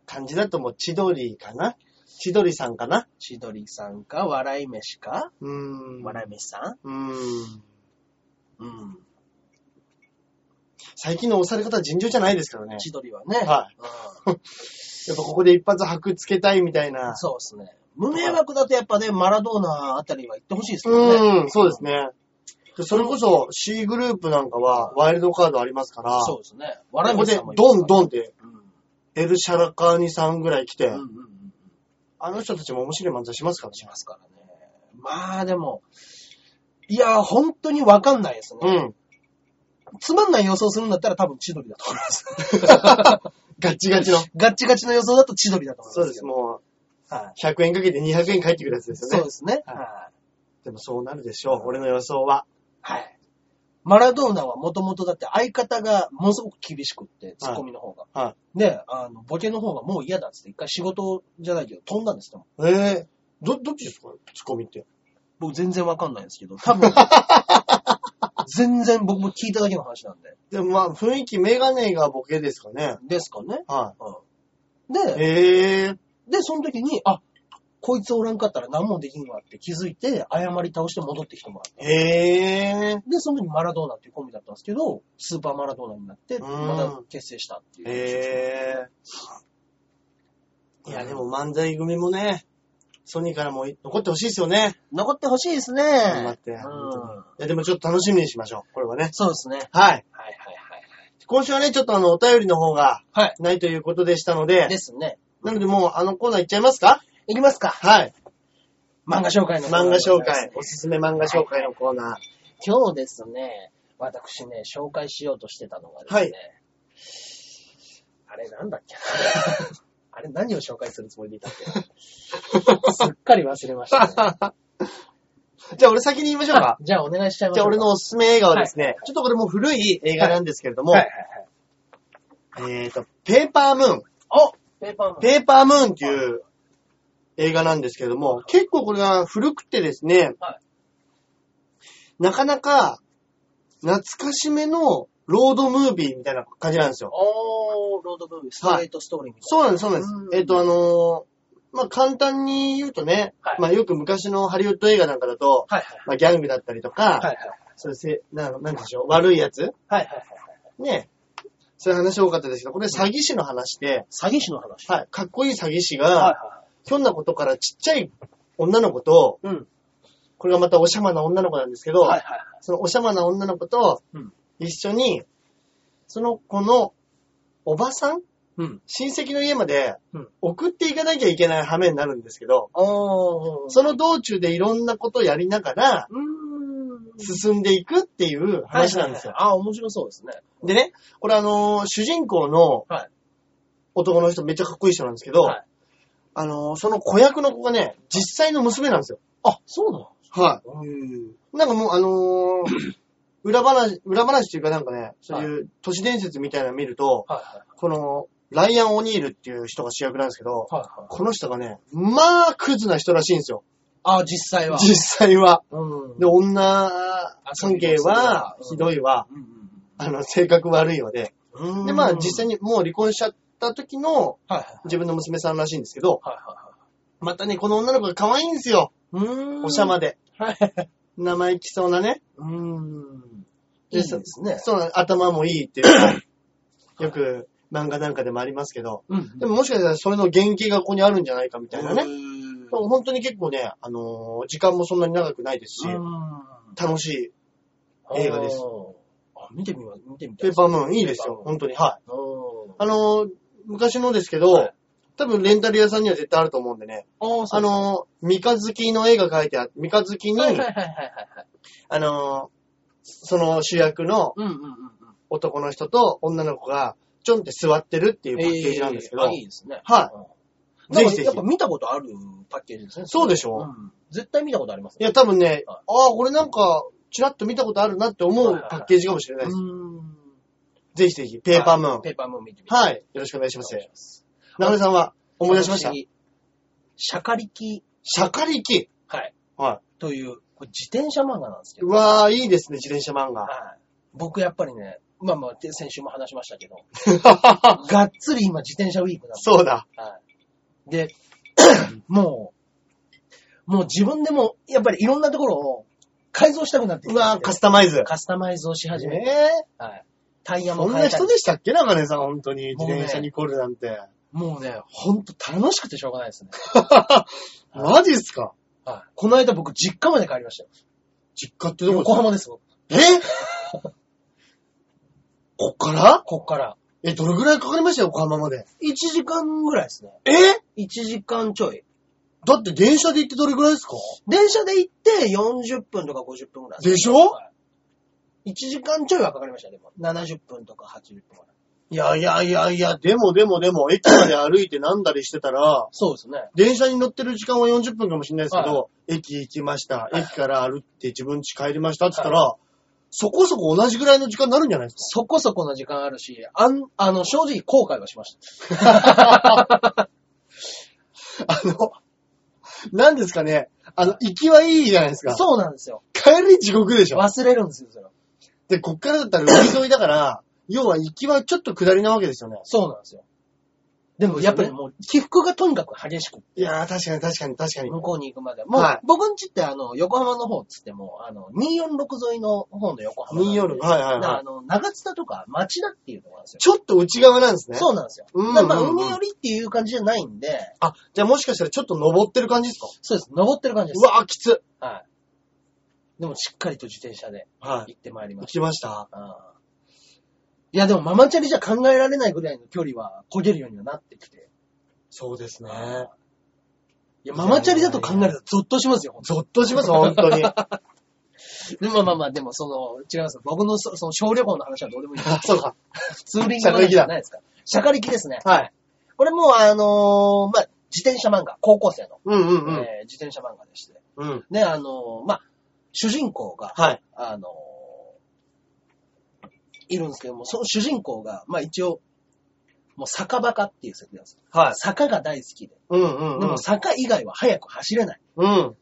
Speaker 2: 感じだともう千鳥かな千鳥さんかない
Speaker 1: 千鳥さんか、笑い飯か、
Speaker 2: うーん。
Speaker 1: 笑い飯さ
Speaker 2: うーん。
Speaker 1: ん。うん。
Speaker 2: 最近の押され方は尋常じゃないですからね。
Speaker 1: 千鳥はね。
Speaker 2: は
Speaker 1: うん
Speaker 2: やっぱここで一発白つけたいみたいな。
Speaker 1: そうですね。無名枠だとやっぱね、マラドーナあたりは行ってほしいですけどね。
Speaker 2: うん、そうですね。でそれこそ C グループなんかはワイルドカードありますから、
Speaker 1: そうですね。笑
Speaker 2: こ
Speaker 1: い
Speaker 2: こ
Speaker 1: 飯
Speaker 2: で
Speaker 1: さんもいま
Speaker 2: ド
Speaker 1: す
Speaker 2: ン
Speaker 1: から
Speaker 2: ドンって
Speaker 1: うん
Speaker 2: エルシャラカーニさんぐらい来て、
Speaker 1: うんうんうん。
Speaker 2: あの人たちも面白い漫才しますから
Speaker 1: し
Speaker 2: ね。
Speaker 1: ますからね。まあでも、いやー、本当にわかんないです
Speaker 2: う
Speaker 1: ね。
Speaker 2: ん。
Speaker 1: つまんない予想するんだったら多分千鳥だと思います。
Speaker 2: ガッチガチの。
Speaker 1: ガッチガチの予想だと千鳥だと思い
Speaker 2: そ
Speaker 1: ま
Speaker 2: う
Speaker 1: す
Speaker 2: で
Speaker 1: け
Speaker 2: す。
Speaker 1: ど。
Speaker 2: も
Speaker 1: は
Speaker 2: う、100円かけて200円返ってくるやつで
Speaker 1: い。
Speaker 2: す
Speaker 1: そう
Speaker 2: よね
Speaker 1: で。すね。
Speaker 2: はい
Speaker 1: はい
Speaker 2: でもそうなるでしょう、俺の予想は。
Speaker 1: はい。マラドーナはもともとだって相方がものすごく厳しくって、ツッコミの方が。
Speaker 2: は
Speaker 1: で、あの、ボケの方がもう嫌だっつって、一回仕事じゃないけど飛んだんですよ。
Speaker 2: い。えー、ど、どっちですかツッコミって。
Speaker 1: 僕全然わかんないんですけど、多 分、全然僕も聞いただけの話なんで。
Speaker 2: でもまあ、雰囲気メガネがボケですかね。
Speaker 1: ですかね。
Speaker 2: は
Speaker 1: うん。で、
Speaker 2: い。えー、
Speaker 1: で、その時に、あ、こいつおらんかったら何もできんわって気づいて、謝り倒して戻ってきてもらっ
Speaker 2: えー、
Speaker 1: た。で、その時マラドーナっていうコンビだったんですけど、スーパーマラドーナになって、
Speaker 2: ん
Speaker 1: また結成したっていう。
Speaker 2: えー。いや、でも漫才組もね、ソニーからも残ってほしいですよね。
Speaker 1: 残ってほしいですね。
Speaker 2: 頑張って。
Speaker 1: うん
Speaker 2: 本当にいや、でもちょっと楽しみにしましょう。これはね。
Speaker 1: そうですね。
Speaker 2: はい。
Speaker 1: はいはい
Speaker 2: 今週はね、ちょっとあの、お便りの方が、
Speaker 1: はい。はい。
Speaker 2: ないということでしたので、
Speaker 1: ですね。
Speaker 2: なのでもうあのコーナー行っちゃいますか
Speaker 1: いきますか。
Speaker 2: はい。
Speaker 1: 漫画紹介のコーナー
Speaker 2: 漫
Speaker 1: でござい
Speaker 2: 画紹
Speaker 1: ます
Speaker 2: 介、おすすめ漫画紹介のコーナ
Speaker 1: 今日ですね、私ね、紹介しようとしてたのがですね、
Speaker 2: はい
Speaker 1: あれなんだっけな あれ何を紹介するつもりでいたっけなすっかり忘れました、ね。
Speaker 2: ー。じゃあ俺先に言いましょうか。
Speaker 1: じゃあお願いしちゃいま
Speaker 2: じ
Speaker 1: す。
Speaker 2: ゃあ俺のおすすめ映画はですね、
Speaker 1: はい
Speaker 2: ちょっとこれもう古い映画なんですけれども、
Speaker 1: はいはいはい。
Speaker 2: えっ、と、ペーパームーン。
Speaker 1: おペーパーマン。
Speaker 2: ペーパームーンっていう映画なんですけども、結構これが古くてですね、
Speaker 1: は
Speaker 2: なかなか懐かしめのロードムービーみたいな感じなんですよ。
Speaker 1: おー、ロードブービー、ストレートストーリーみたい
Speaker 2: そうなんです、そうなんです
Speaker 1: うん。
Speaker 2: えっ、と、あのーまあ、簡単に言うとね、
Speaker 1: はい
Speaker 2: まあ、よく昔のハリウッド映画なんかだと、
Speaker 1: な。はいはい。
Speaker 2: まあ、ギャングだったりとか、
Speaker 1: はい
Speaker 2: そういうせ、ななんでしょう、悪いやつ
Speaker 1: はい。はいはいはい。
Speaker 2: ね。そういう話多かったですけど、これ詐欺師の話で、
Speaker 1: 詐欺師の話。
Speaker 2: はい、かっこいい詐欺師
Speaker 1: は
Speaker 2: が、ひょんなことからちっちゃい女の子と、
Speaker 1: いはい。うん。
Speaker 2: これがまたおしゃまな女の子なんですけど、
Speaker 1: はいはいはい。
Speaker 2: そのおしゃまな女の子と
Speaker 1: うん
Speaker 2: 一緒に、その子のおばさん
Speaker 1: うん。
Speaker 2: 親戚の家まで
Speaker 1: うん
Speaker 2: 送っていかなきゃいけない羽目になるんですけど、
Speaker 1: おー。
Speaker 2: その道中でいろんなことをやりながら
Speaker 1: うーん。
Speaker 2: 進んでいくっていう話なんですよ。
Speaker 1: はいはいはいあー、面白そうですね。
Speaker 2: でね、これあのー主人公の
Speaker 1: はい
Speaker 2: 男の人めっちゃかっこいい人なんですけど、
Speaker 1: はい
Speaker 2: あのーその子役の子がね、実際の娘なんですよ。
Speaker 1: あ、そうなの
Speaker 2: は
Speaker 1: うん。
Speaker 2: い。なんかもうあのー 裏話、裏話というかなんかね、そういう都市伝説みたいなの見ると、
Speaker 1: はいはい。
Speaker 2: この、ライアン・オニールっていう人が主役なんですけど、
Speaker 1: はいはい。
Speaker 2: この人がね、まあ、クズな人らしいんですよ。
Speaker 1: あー、実際は。
Speaker 2: 実際は。
Speaker 1: うん。
Speaker 2: で、女関係は、
Speaker 1: そ
Speaker 2: ひ
Speaker 1: うだ
Speaker 2: どいわ。
Speaker 1: うん
Speaker 2: あの、性格悪いわで。
Speaker 1: うんうん。
Speaker 2: で、まあ、
Speaker 1: うん
Speaker 2: 実際にもう離婚しちゃった時の
Speaker 1: はいはい。
Speaker 2: 自分の娘さんらしいんですけど、
Speaker 1: はいは
Speaker 2: またね、この女の子が可愛いんですよ。
Speaker 1: いはい。うーん。
Speaker 2: おしゃ。まで。
Speaker 1: はい。
Speaker 2: 生意気そうなね。
Speaker 1: うーん。
Speaker 2: でそ
Speaker 1: ね。
Speaker 2: そうなの頭もいいっ ていうかよく漫画なんかでもありますけど、
Speaker 1: うん。
Speaker 2: でももしかしたらそれの原型がここにあるんじゃないかみたいなね。
Speaker 1: うん
Speaker 2: そう本当に結構ね、あのー時間もそんなに長くないですし、楽しい。映画です。
Speaker 1: あ、見てみよう、見てみたい
Speaker 2: ペーパームーンいいです
Speaker 1: ペー、パー
Speaker 2: よ
Speaker 1: ムーン
Speaker 2: 本当に。はい。
Speaker 1: おー
Speaker 2: あのー昔のですけど、
Speaker 1: はい
Speaker 2: 多分レンタル屋さんには絶対あると思うんでね、
Speaker 1: ああ、
Speaker 2: あ
Speaker 1: の、
Speaker 2: のー三日月の絵が描いてあ三日月に、
Speaker 1: はいはいはいはいはい。
Speaker 2: あのーその主役の
Speaker 1: うんうんうんうん。
Speaker 2: 男の人と女の子がちょんって座ってるっていうパッケージなんですけど、
Speaker 1: えーあいいですね。。
Speaker 2: はい
Speaker 1: なん
Speaker 2: ぜ
Speaker 1: か
Speaker 2: ひぜひ
Speaker 1: やっぱ見たことあるパッケージですね。
Speaker 2: そうでしょ
Speaker 1: うん絶対見たことあります
Speaker 2: い。いや、多分ね、あ
Speaker 1: はい
Speaker 2: あー、これなんか、ちらっと見たことあるなって思うパッケージかもしれないです。
Speaker 1: うん
Speaker 2: ぜひぜひ、ペーパームーン。
Speaker 1: ペーパームーン見てみて。。
Speaker 2: はいい。よろしくお願いします
Speaker 1: お願い。
Speaker 2: 中根さんは思い出しました
Speaker 1: 私シャカリキ、
Speaker 2: シャカリキ。
Speaker 1: はい。
Speaker 2: は
Speaker 1: という、これ自転車漫画なんですけ
Speaker 2: い。
Speaker 1: ど。
Speaker 2: うわー、いいですね、自転車漫画。
Speaker 1: はい。僕やっぱりね、まあまあ、先週も話しましたけ ど、がっつり今自転車ウィークなんです
Speaker 2: そうだ。
Speaker 1: はい。で、 もう、もう自分でも、やっぱりいろんなところを改造したくなってき
Speaker 2: う
Speaker 1: て
Speaker 2: わー、カスタマイズ。
Speaker 1: カスタマイズをし始めて、
Speaker 2: え
Speaker 1: はい。タイ
Speaker 2: ー、
Speaker 1: ヤ
Speaker 2: そ
Speaker 1: も
Speaker 2: ん
Speaker 1: 変
Speaker 2: な
Speaker 1: えたり
Speaker 2: 人。でしたっけ中根さん、本当に。
Speaker 1: も
Speaker 2: 自
Speaker 1: うね
Speaker 2: 転車に来るなんて。
Speaker 1: もうね、ほんと楽しくてしょうがないですね。
Speaker 2: マジっすか
Speaker 1: はい。この間僕、実家まで帰りましたよ。
Speaker 2: 実家ってどこ
Speaker 1: 横浜ですよ。
Speaker 2: ですかえこっから
Speaker 1: こっから。
Speaker 2: え、どれぐらいかかりましたよ、横浜まで。
Speaker 1: 1時間ぐらいですね。
Speaker 2: え
Speaker 1: 1時間ちょい。
Speaker 2: だって電車で行ってどれぐらいですか
Speaker 1: 電車で行って40分とか50分ぐらいすね
Speaker 2: でしょ
Speaker 1: はい、?1 時間ちょいはかかりましたね、でも。70分とか80分ぐらい。
Speaker 2: いやいやいやいや、でもでもでも、駅まで歩いてなんだりしてたら、
Speaker 1: そうですね。
Speaker 2: 電車に乗ってる時間は40分かもしれないですけど、
Speaker 1: は
Speaker 2: 駅行きました、
Speaker 1: い
Speaker 2: 駅から歩って自分家帰りましたって言ったら、そこそこ同じぐらいの時間になるんじゃないです
Speaker 1: そこそこの時間あるし、あん、あの、正直後悔はしました。
Speaker 2: か。 あの、何ですかね、あの、行きはいいじゃないですか。
Speaker 1: そうなんですよ。
Speaker 2: 帰り地獄でしょ。
Speaker 1: 忘れるんですよ、それは
Speaker 2: で、こっからだったら海沿いだから、要は行きはちょっと下りなわけですよね。
Speaker 1: そうなんですよ。でも、やっぱりもう、起伏がとにかく激しく、
Speaker 2: いやー、確かに確かに確かに。
Speaker 1: 向こうに行くまで。もう、
Speaker 2: はい
Speaker 1: 僕んちって、あの、横浜の方っつっても、あの、246沿いの方の横浜なんで。
Speaker 2: 246はいはいはい
Speaker 1: だからあの、長津田とか町田っていうところなんですよ。
Speaker 2: ちょっと内側なんですね。
Speaker 1: そうなんですよ。
Speaker 2: うんうんうん
Speaker 1: だからまあ、海寄りっていう感じじゃないんで、
Speaker 2: あ、じゃあもしかしたらちょっと登ってる感じですか
Speaker 1: そうです。登ってる感じで
Speaker 2: う
Speaker 1: す。
Speaker 2: わー、きつ。
Speaker 1: はい。でも、しっかりと自転車で
Speaker 2: はい。
Speaker 1: 行ってまいりま
Speaker 2: 行
Speaker 1: した。
Speaker 2: きました
Speaker 1: ああいや、でもママチャリじゃ考えられないぐらいの距離は焦げるようにはなってきて。
Speaker 2: そうですね。
Speaker 1: いや、ママチャリだと考えるとゾッとしますよ、ほんと
Speaker 2: ゾッとします、本当 に。
Speaker 1: でもまあまあ、でもその、違います。僕のそその小旅行の話はどうでもいい。
Speaker 2: あ そうか。
Speaker 1: 普通リングの話じゃないですか。シャカリキですね。
Speaker 2: はい。
Speaker 1: これもうあのーまあ、自転車漫画、高校生の、
Speaker 2: うんうんうん。
Speaker 1: えー自転車漫画でして。
Speaker 2: うん。
Speaker 1: で、あのーまあ、主人公が、
Speaker 2: はい。
Speaker 1: あのーいるんですけども、その主人公が、まあ一応、もう坂バカっていう設定なんですよ。
Speaker 2: はい。
Speaker 1: 坂が大好きで。
Speaker 2: うんうんう
Speaker 1: で
Speaker 2: ん
Speaker 1: も。坂以外は早く走れない。
Speaker 2: うん。
Speaker 1: も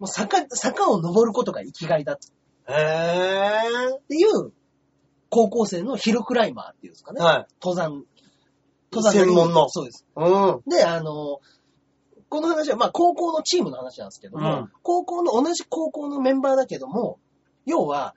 Speaker 1: う坂、坂を登ることが生きがいだっ
Speaker 2: へえ。
Speaker 1: ていう、高校生のヒルクライマーっていうんですかね。
Speaker 2: はい。
Speaker 1: 登山。
Speaker 2: 専門の
Speaker 1: そうです。
Speaker 2: うん。
Speaker 1: で、あの、この話は、まあ、高校のチームの話なんですけども、
Speaker 2: うん
Speaker 1: 高校の、同じ高校のメンバーだけども、要は、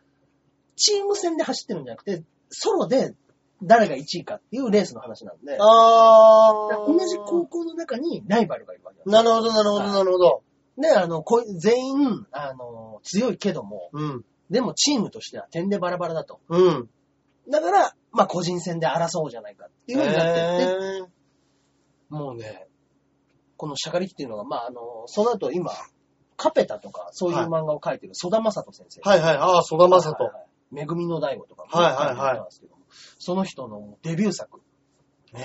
Speaker 1: チーム戦で走ってるんじゃなくて、ソロで誰が1位かっていうレースの話なんで、
Speaker 2: あ
Speaker 1: だから
Speaker 2: ー。
Speaker 1: 同じ高校の中にライバルがいるわけなんで
Speaker 2: なるほど、なるほど、なるほど。
Speaker 1: す。で、あの、こい全員、あの、強いけども、
Speaker 2: うん。
Speaker 1: でもチームとしては点でバラバラだと。
Speaker 2: うん。
Speaker 1: だから、まあ、個人戦で争おうじゃないかっていう風になってって、
Speaker 2: へー
Speaker 1: もうね、このシャカリキっていうのが、まあ、あの、その後今、カペタとか、そういう
Speaker 2: はい
Speaker 1: 漫画を描いてる、ソダマサト先生。
Speaker 2: はいはい。ああ、ソダマサ
Speaker 1: はい
Speaker 2: ト。
Speaker 1: はいめぐみの大悟とか、
Speaker 2: はいはいは
Speaker 1: 書て
Speaker 2: い
Speaker 1: る人なんですけどもその人のデビュー作。
Speaker 2: へ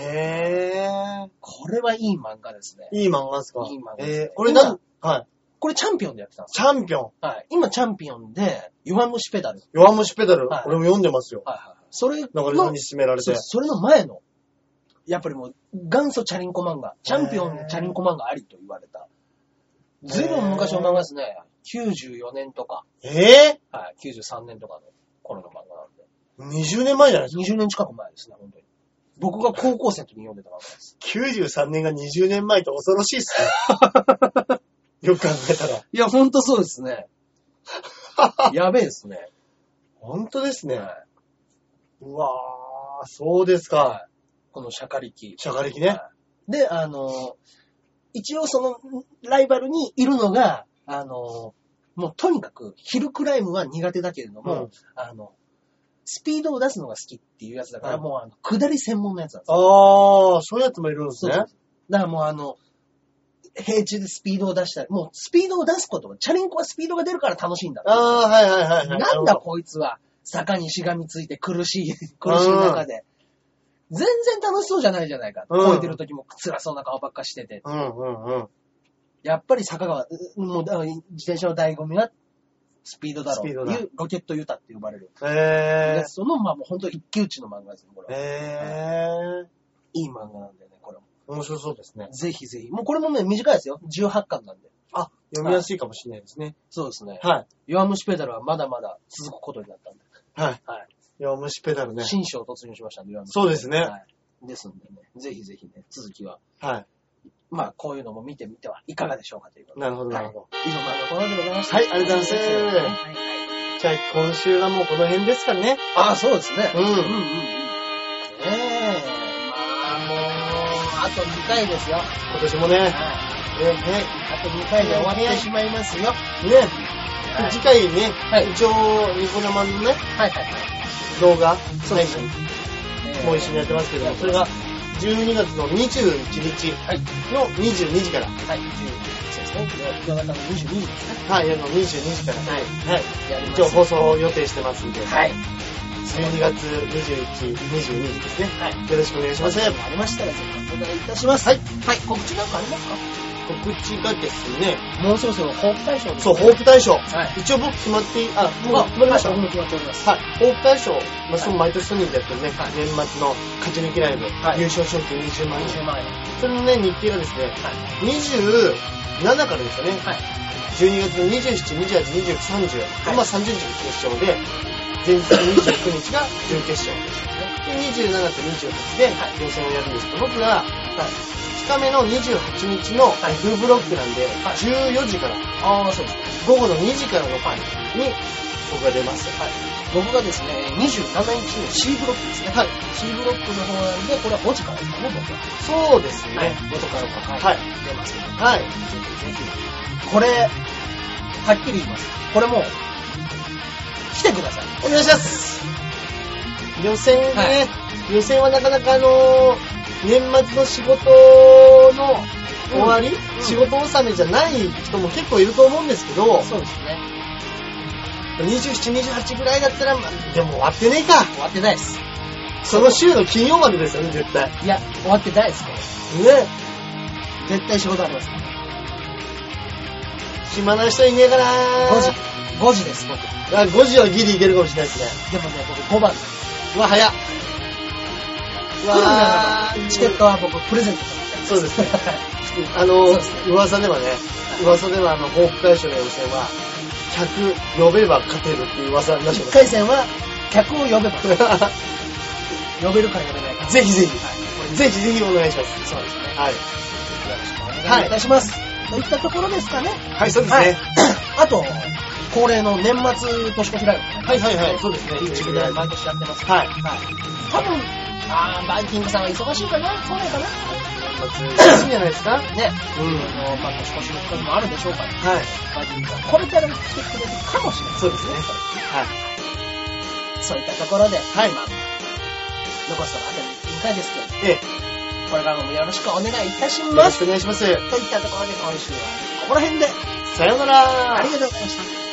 Speaker 2: え。
Speaker 1: これはいい漫画ですね。
Speaker 2: いい漫画ですか
Speaker 1: いい漫画ですね
Speaker 2: えー、これなん、はい。
Speaker 1: これチャンピオンでやってたんです
Speaker 2: チャンピオ
Speaker 1: よ。はい。今チャンピオンで、弱虫ペダル。はい
Speaker 2: ン、弱虫ペダル、
Speaker 1: はい
Speaker 2: 俺も読んでますよ。
Speaker 1: はいはい。それの、
Speaker 2: 中島に勧められ
Speaker 1: そ
Speaker 2: て
Speaker 1: う。それの前の、やっぱりもう、元祖チャリンコ漫画、チャンピオン
Speaker 2: へ
Speaker 1: の
Speaker 2: ー
Speaker 1: チャリンコ漫画ありと言われた。ずいぶん昔の漫画ですね。94年とか、
Speaker 2: え
Speaker 1: はい、93年とかの頃の漫画なんで。
Speaker 2: ぇ、?20 年前じゃないです
Speaker 1: 20年近く前ですね、本当に。僕が高校生の時に読んでた漫画です。
Speaker 2: か。93年が20年前って恐ろしい っすね。よく考えたら。
Speaker 1: いや、ほんとそうですね。 やべえですね。
Speaker 2: 本当ですね。
Speaker 1: は
Speaker 2: うわー、そうです
Speaker 1: い
Speaker 2: か。
Speaker 1: このシャカリキ。
Speaker 2: シャカリキね。
Speaker 1: はいで、あの、一応その、ライバルにいるのが、あの、もうとにかく、ヒルクライムは苦手だけれども、
Speaker 2: うん
Speaker 1: あの、スピードを出すのが好きっていうやつだから、
Speaker 2: うん
Speaker 1: もうあの、下り専門のやつなんですよ。
Speaker 2: あー、そういうやつもいるんです
Speaker 1: そう
Speaker 2: ね。
Speaker 1: そうだからもうあの、平地でスピードを出したり、もうスピードを出すことが、チャリンコはスピードが出るから楽しいんだ。
Speaker 2: あー、はいはいはい、はい。
Speaker 1: なんだこいつは、坂にしがみついて苦しい、 苦しい中で。全然楽しそうじゃないじゃないか。
Speaker 2: うん
Speaker 1: 超えてる時も辛そうな顔ばっかしてて。
Speaker 2: うんうんうん。
Speaker 1: やっぱり坂が、うもう、だから自転車の醍醐味は、スピードだろ
Speaker 2: スピー
Speaker 1: う
Speaker 2: ド
Speaker 1: って
Speaker 2: だ
Speaker 1: いう、ロケットユタって呼ばれる。
Speaker 2: え
Speaker 1: でその、まあもう本当一騎打ちの漫画ですね、こ
Speaker 2: ー。
Speaker 1: れは。
Speaker 2: えー。
Speaker 1: いい漫画なんでね、これも。
Speaker 2: 面白そうですね。
Speaker 1: ぜひぜひ。もうこれもね、短いですよ。18巻なんで。
Speaker 2: あ、読みやすいかもしれないですね。
Speaker 1: そうですね。
Speaker 2: はい。
Speaker 1: 弱虫ペダルはまだまだ続くことになったんで。
Speaker 2: はい。
Speaker 1: はい。
Speaker 2: いや、虫ペダルね。
Speaker 1: 新章突入しましたんで、弱虫ペダ
Speaker 2: そ
Speaker 1: ル
Speaker 2: うですね。
Speaker 1: はい。ですんでね、ぜひぜひね、続きは。
Speaker 2: は
Speaker 1: まあ、こういうのも見てみてはいかがでしょうかというこ
Speaker 2: い。
Speaker 1: とで。
Speaker 2: なるほど、なるほど。
Speaker 1: 以上、までのコーナーでございました。
Speaker 2: はいありがとうございます
Speaker 1: はいはい
Speaker 2: じゃあ、今週はもうこの辺ですかね。
Speaker 1: ああ、そうですね。
Speaker 2: うん
Speaker 1: うんうんうん。ねえ、まあ、もう、あと2回ですよ。
Speaker 2: 今年もね、
Speaker 1: はい
Speaker 2: ね、ね、
Speaker 1: あと2回で終わってしまいますよ。
Speaker 2: ね、
Speaker 1: はい
Speaker 2: 次回ね、
Speaker 1: はい
Speaker 2: 一応、ニコ生のね、
Speaker 1: はいはいはい。
Speaker 2: 動画
Speaker 1: そうで
Speaker 2: 配
Speaker 1: す
Speaker 2: 信
Speaker 1: ね
Speaker 2: も一緒にやってますけども、それが12月の21日
Speaker 1: はい。
Speaker 2: の22時から、
Speaker 1: はい。そうですね。夜中の22時ですね。
Speaker 2: はい、夜の22時から、
Speaker 1: はい
Speaker 2: はい、
Speaker 1: やりま
Speaker 2: 一応
Speaker 1: す。
Speaker 2: 放送予定してますんで、
Speaker 1: はい。
Speaker 2: 12月21、22時ですね。
Speaker 1: はい。
Speaker 2: よろしくお願いします。
Speaker 1: ありましたら、ぜひお願いいたします。はい。はい。告知なんかありますか
Speaker 2: 告知がですね、
Speaker 1: もうそろそろ報告対象です
Speaker 2: そう、ホープ大賞。
Speaker 1: い
Speaker 2: 一応僕決まってい、あ、もう
Speaker 1: あ、
Speaker 2: 決まりました。
Speaker 1: はい
Speaker 2: はい
Speaker 1: 僕も決まっております。
Speaker 2: ホープ大賞、まあ、その毎年ソニーでやってるね、
Speaker 1: はい
Speaker 2: 年末の勝ち抜きライブ、
Speaker 1: はい
Speaker 2: 優勝賞金20万円。
Speaker 1: 20万円。は
Speaker 2: それのね、日程がですね、
Speaker 1: い。
Speaker 2: 27からですよね、
Speaker 1: はい。
Speaker 2: 12月の27、28、29、30、
Speaker 1: はい
Speaker 2: まあ30日が決勝で、前日29日が準決勝。で、27と28で予選をやるんですけど、僕が2日目の28日の F ブロックなんで、
Speaker 1: はい
Speaker 2: 14時から、
Speaker 1: ああ、そうですね。
Speaker 2: 午後の2時からの回に僕が出ます。
Speaker 1: はい。僕がですね、27日の C ブロックですね。はい。C ブロックの方なんで、これは5時からですかね、僕は。
Speaker 2: そうですね。
Speaker 1: 5時からか。
Speaker 2: はい
Speaker 1: 出ますので
Speaker 2: はい。
Speaker 1: ぜひぜひ。これ、はっきり言います。これもう、来てください。
Speaker 2: お願いします予選でね、
Speaker 1: は
Speaker 2: 予選はなかなかあのー年末の仕事の終わり、
Speaker 1: うん
Speaker 2: 仕事納めじゃない人も結構いると思うんですけど、
Speaker 1: うですね。
Speaker 2: 27、28ぐらいだったら、まあでも終わってねえか。
Speaker 1: 終わってないです。
Speaker 2: その週の金曜までですよね、絶対。ね。
Speaker 1: いや、終わってないです、これ。絶対仕事あります。
Speaker 2: 暇な人いねえかな
Speaker 1: 5時。5時です、僕。
Speaker 2: あ5時はギリいけるかもしれないですね。
Speaker 1: でもね、僕5番です。
Speaker 2: うわ、早っ。
Speaker 1: 小峠さんのチケットは僕プレゼントされて
Speaker 2: そうですね。 あの、噂ではね、噂ではあの、報復会社の予選は、客呼べば勝てるっていう噂になって
Speaker 1: 1回戦は客を呼べば、
Speaker 2: ます。
Speaker 1: 呼べるか呼べないか。
Speaker 2: ぜひぜひ
Speaker 1: はいこれぜ
Speaker 2: ぜひぜひお願いします。
Speaker 1: そうですね。
Speaker 2: はい。
Speaker 1: よろしくお願いいたします。といったところですかね。
Speaker 2: はい、そう
Speaker 1: はい。あと、恒例の年末年越しライブね。
Speaker 2: はい、はい、はい。そうですね。いい
Speaker 1: 自
Speaker 2: チ
Speaker 1: 分
Speaker 2: ク
Speaker 1: で
Speaker 2: ライブ
Speaker 1: 毎年やってます。
Speaker 2: はい。
Speaker 1: はい。多分、あー、バイキングさんは忙しいかなそうないかな
Speaker 2: 楽しいんじゃないですかうん。
Speaker 1: ね。
Speaker 2: は
Speaker 1: あの、まあ、年越しの企画もあるでしょうから、
Speaker 2: い。
Speaker 1: バイキングさん、これから来てくれるかもしれない。
Speaker 2: そうですね。はい。
Speaker 1: そういったところで、
Speaker 2: はい
Speaker 1: まあ残すとあと2回ですけど、
Speaker 2: ええ、よ
Speaker 1: これからもよろしくお願いいたしま
Speaker 2: ろ
Speaker 1: す。
Speaker 2: しくお願いします。
Speaker 1: といったところで今週はここら辺で、
Speaker 2: さようなら。
Speaker 1: ありがとうございました。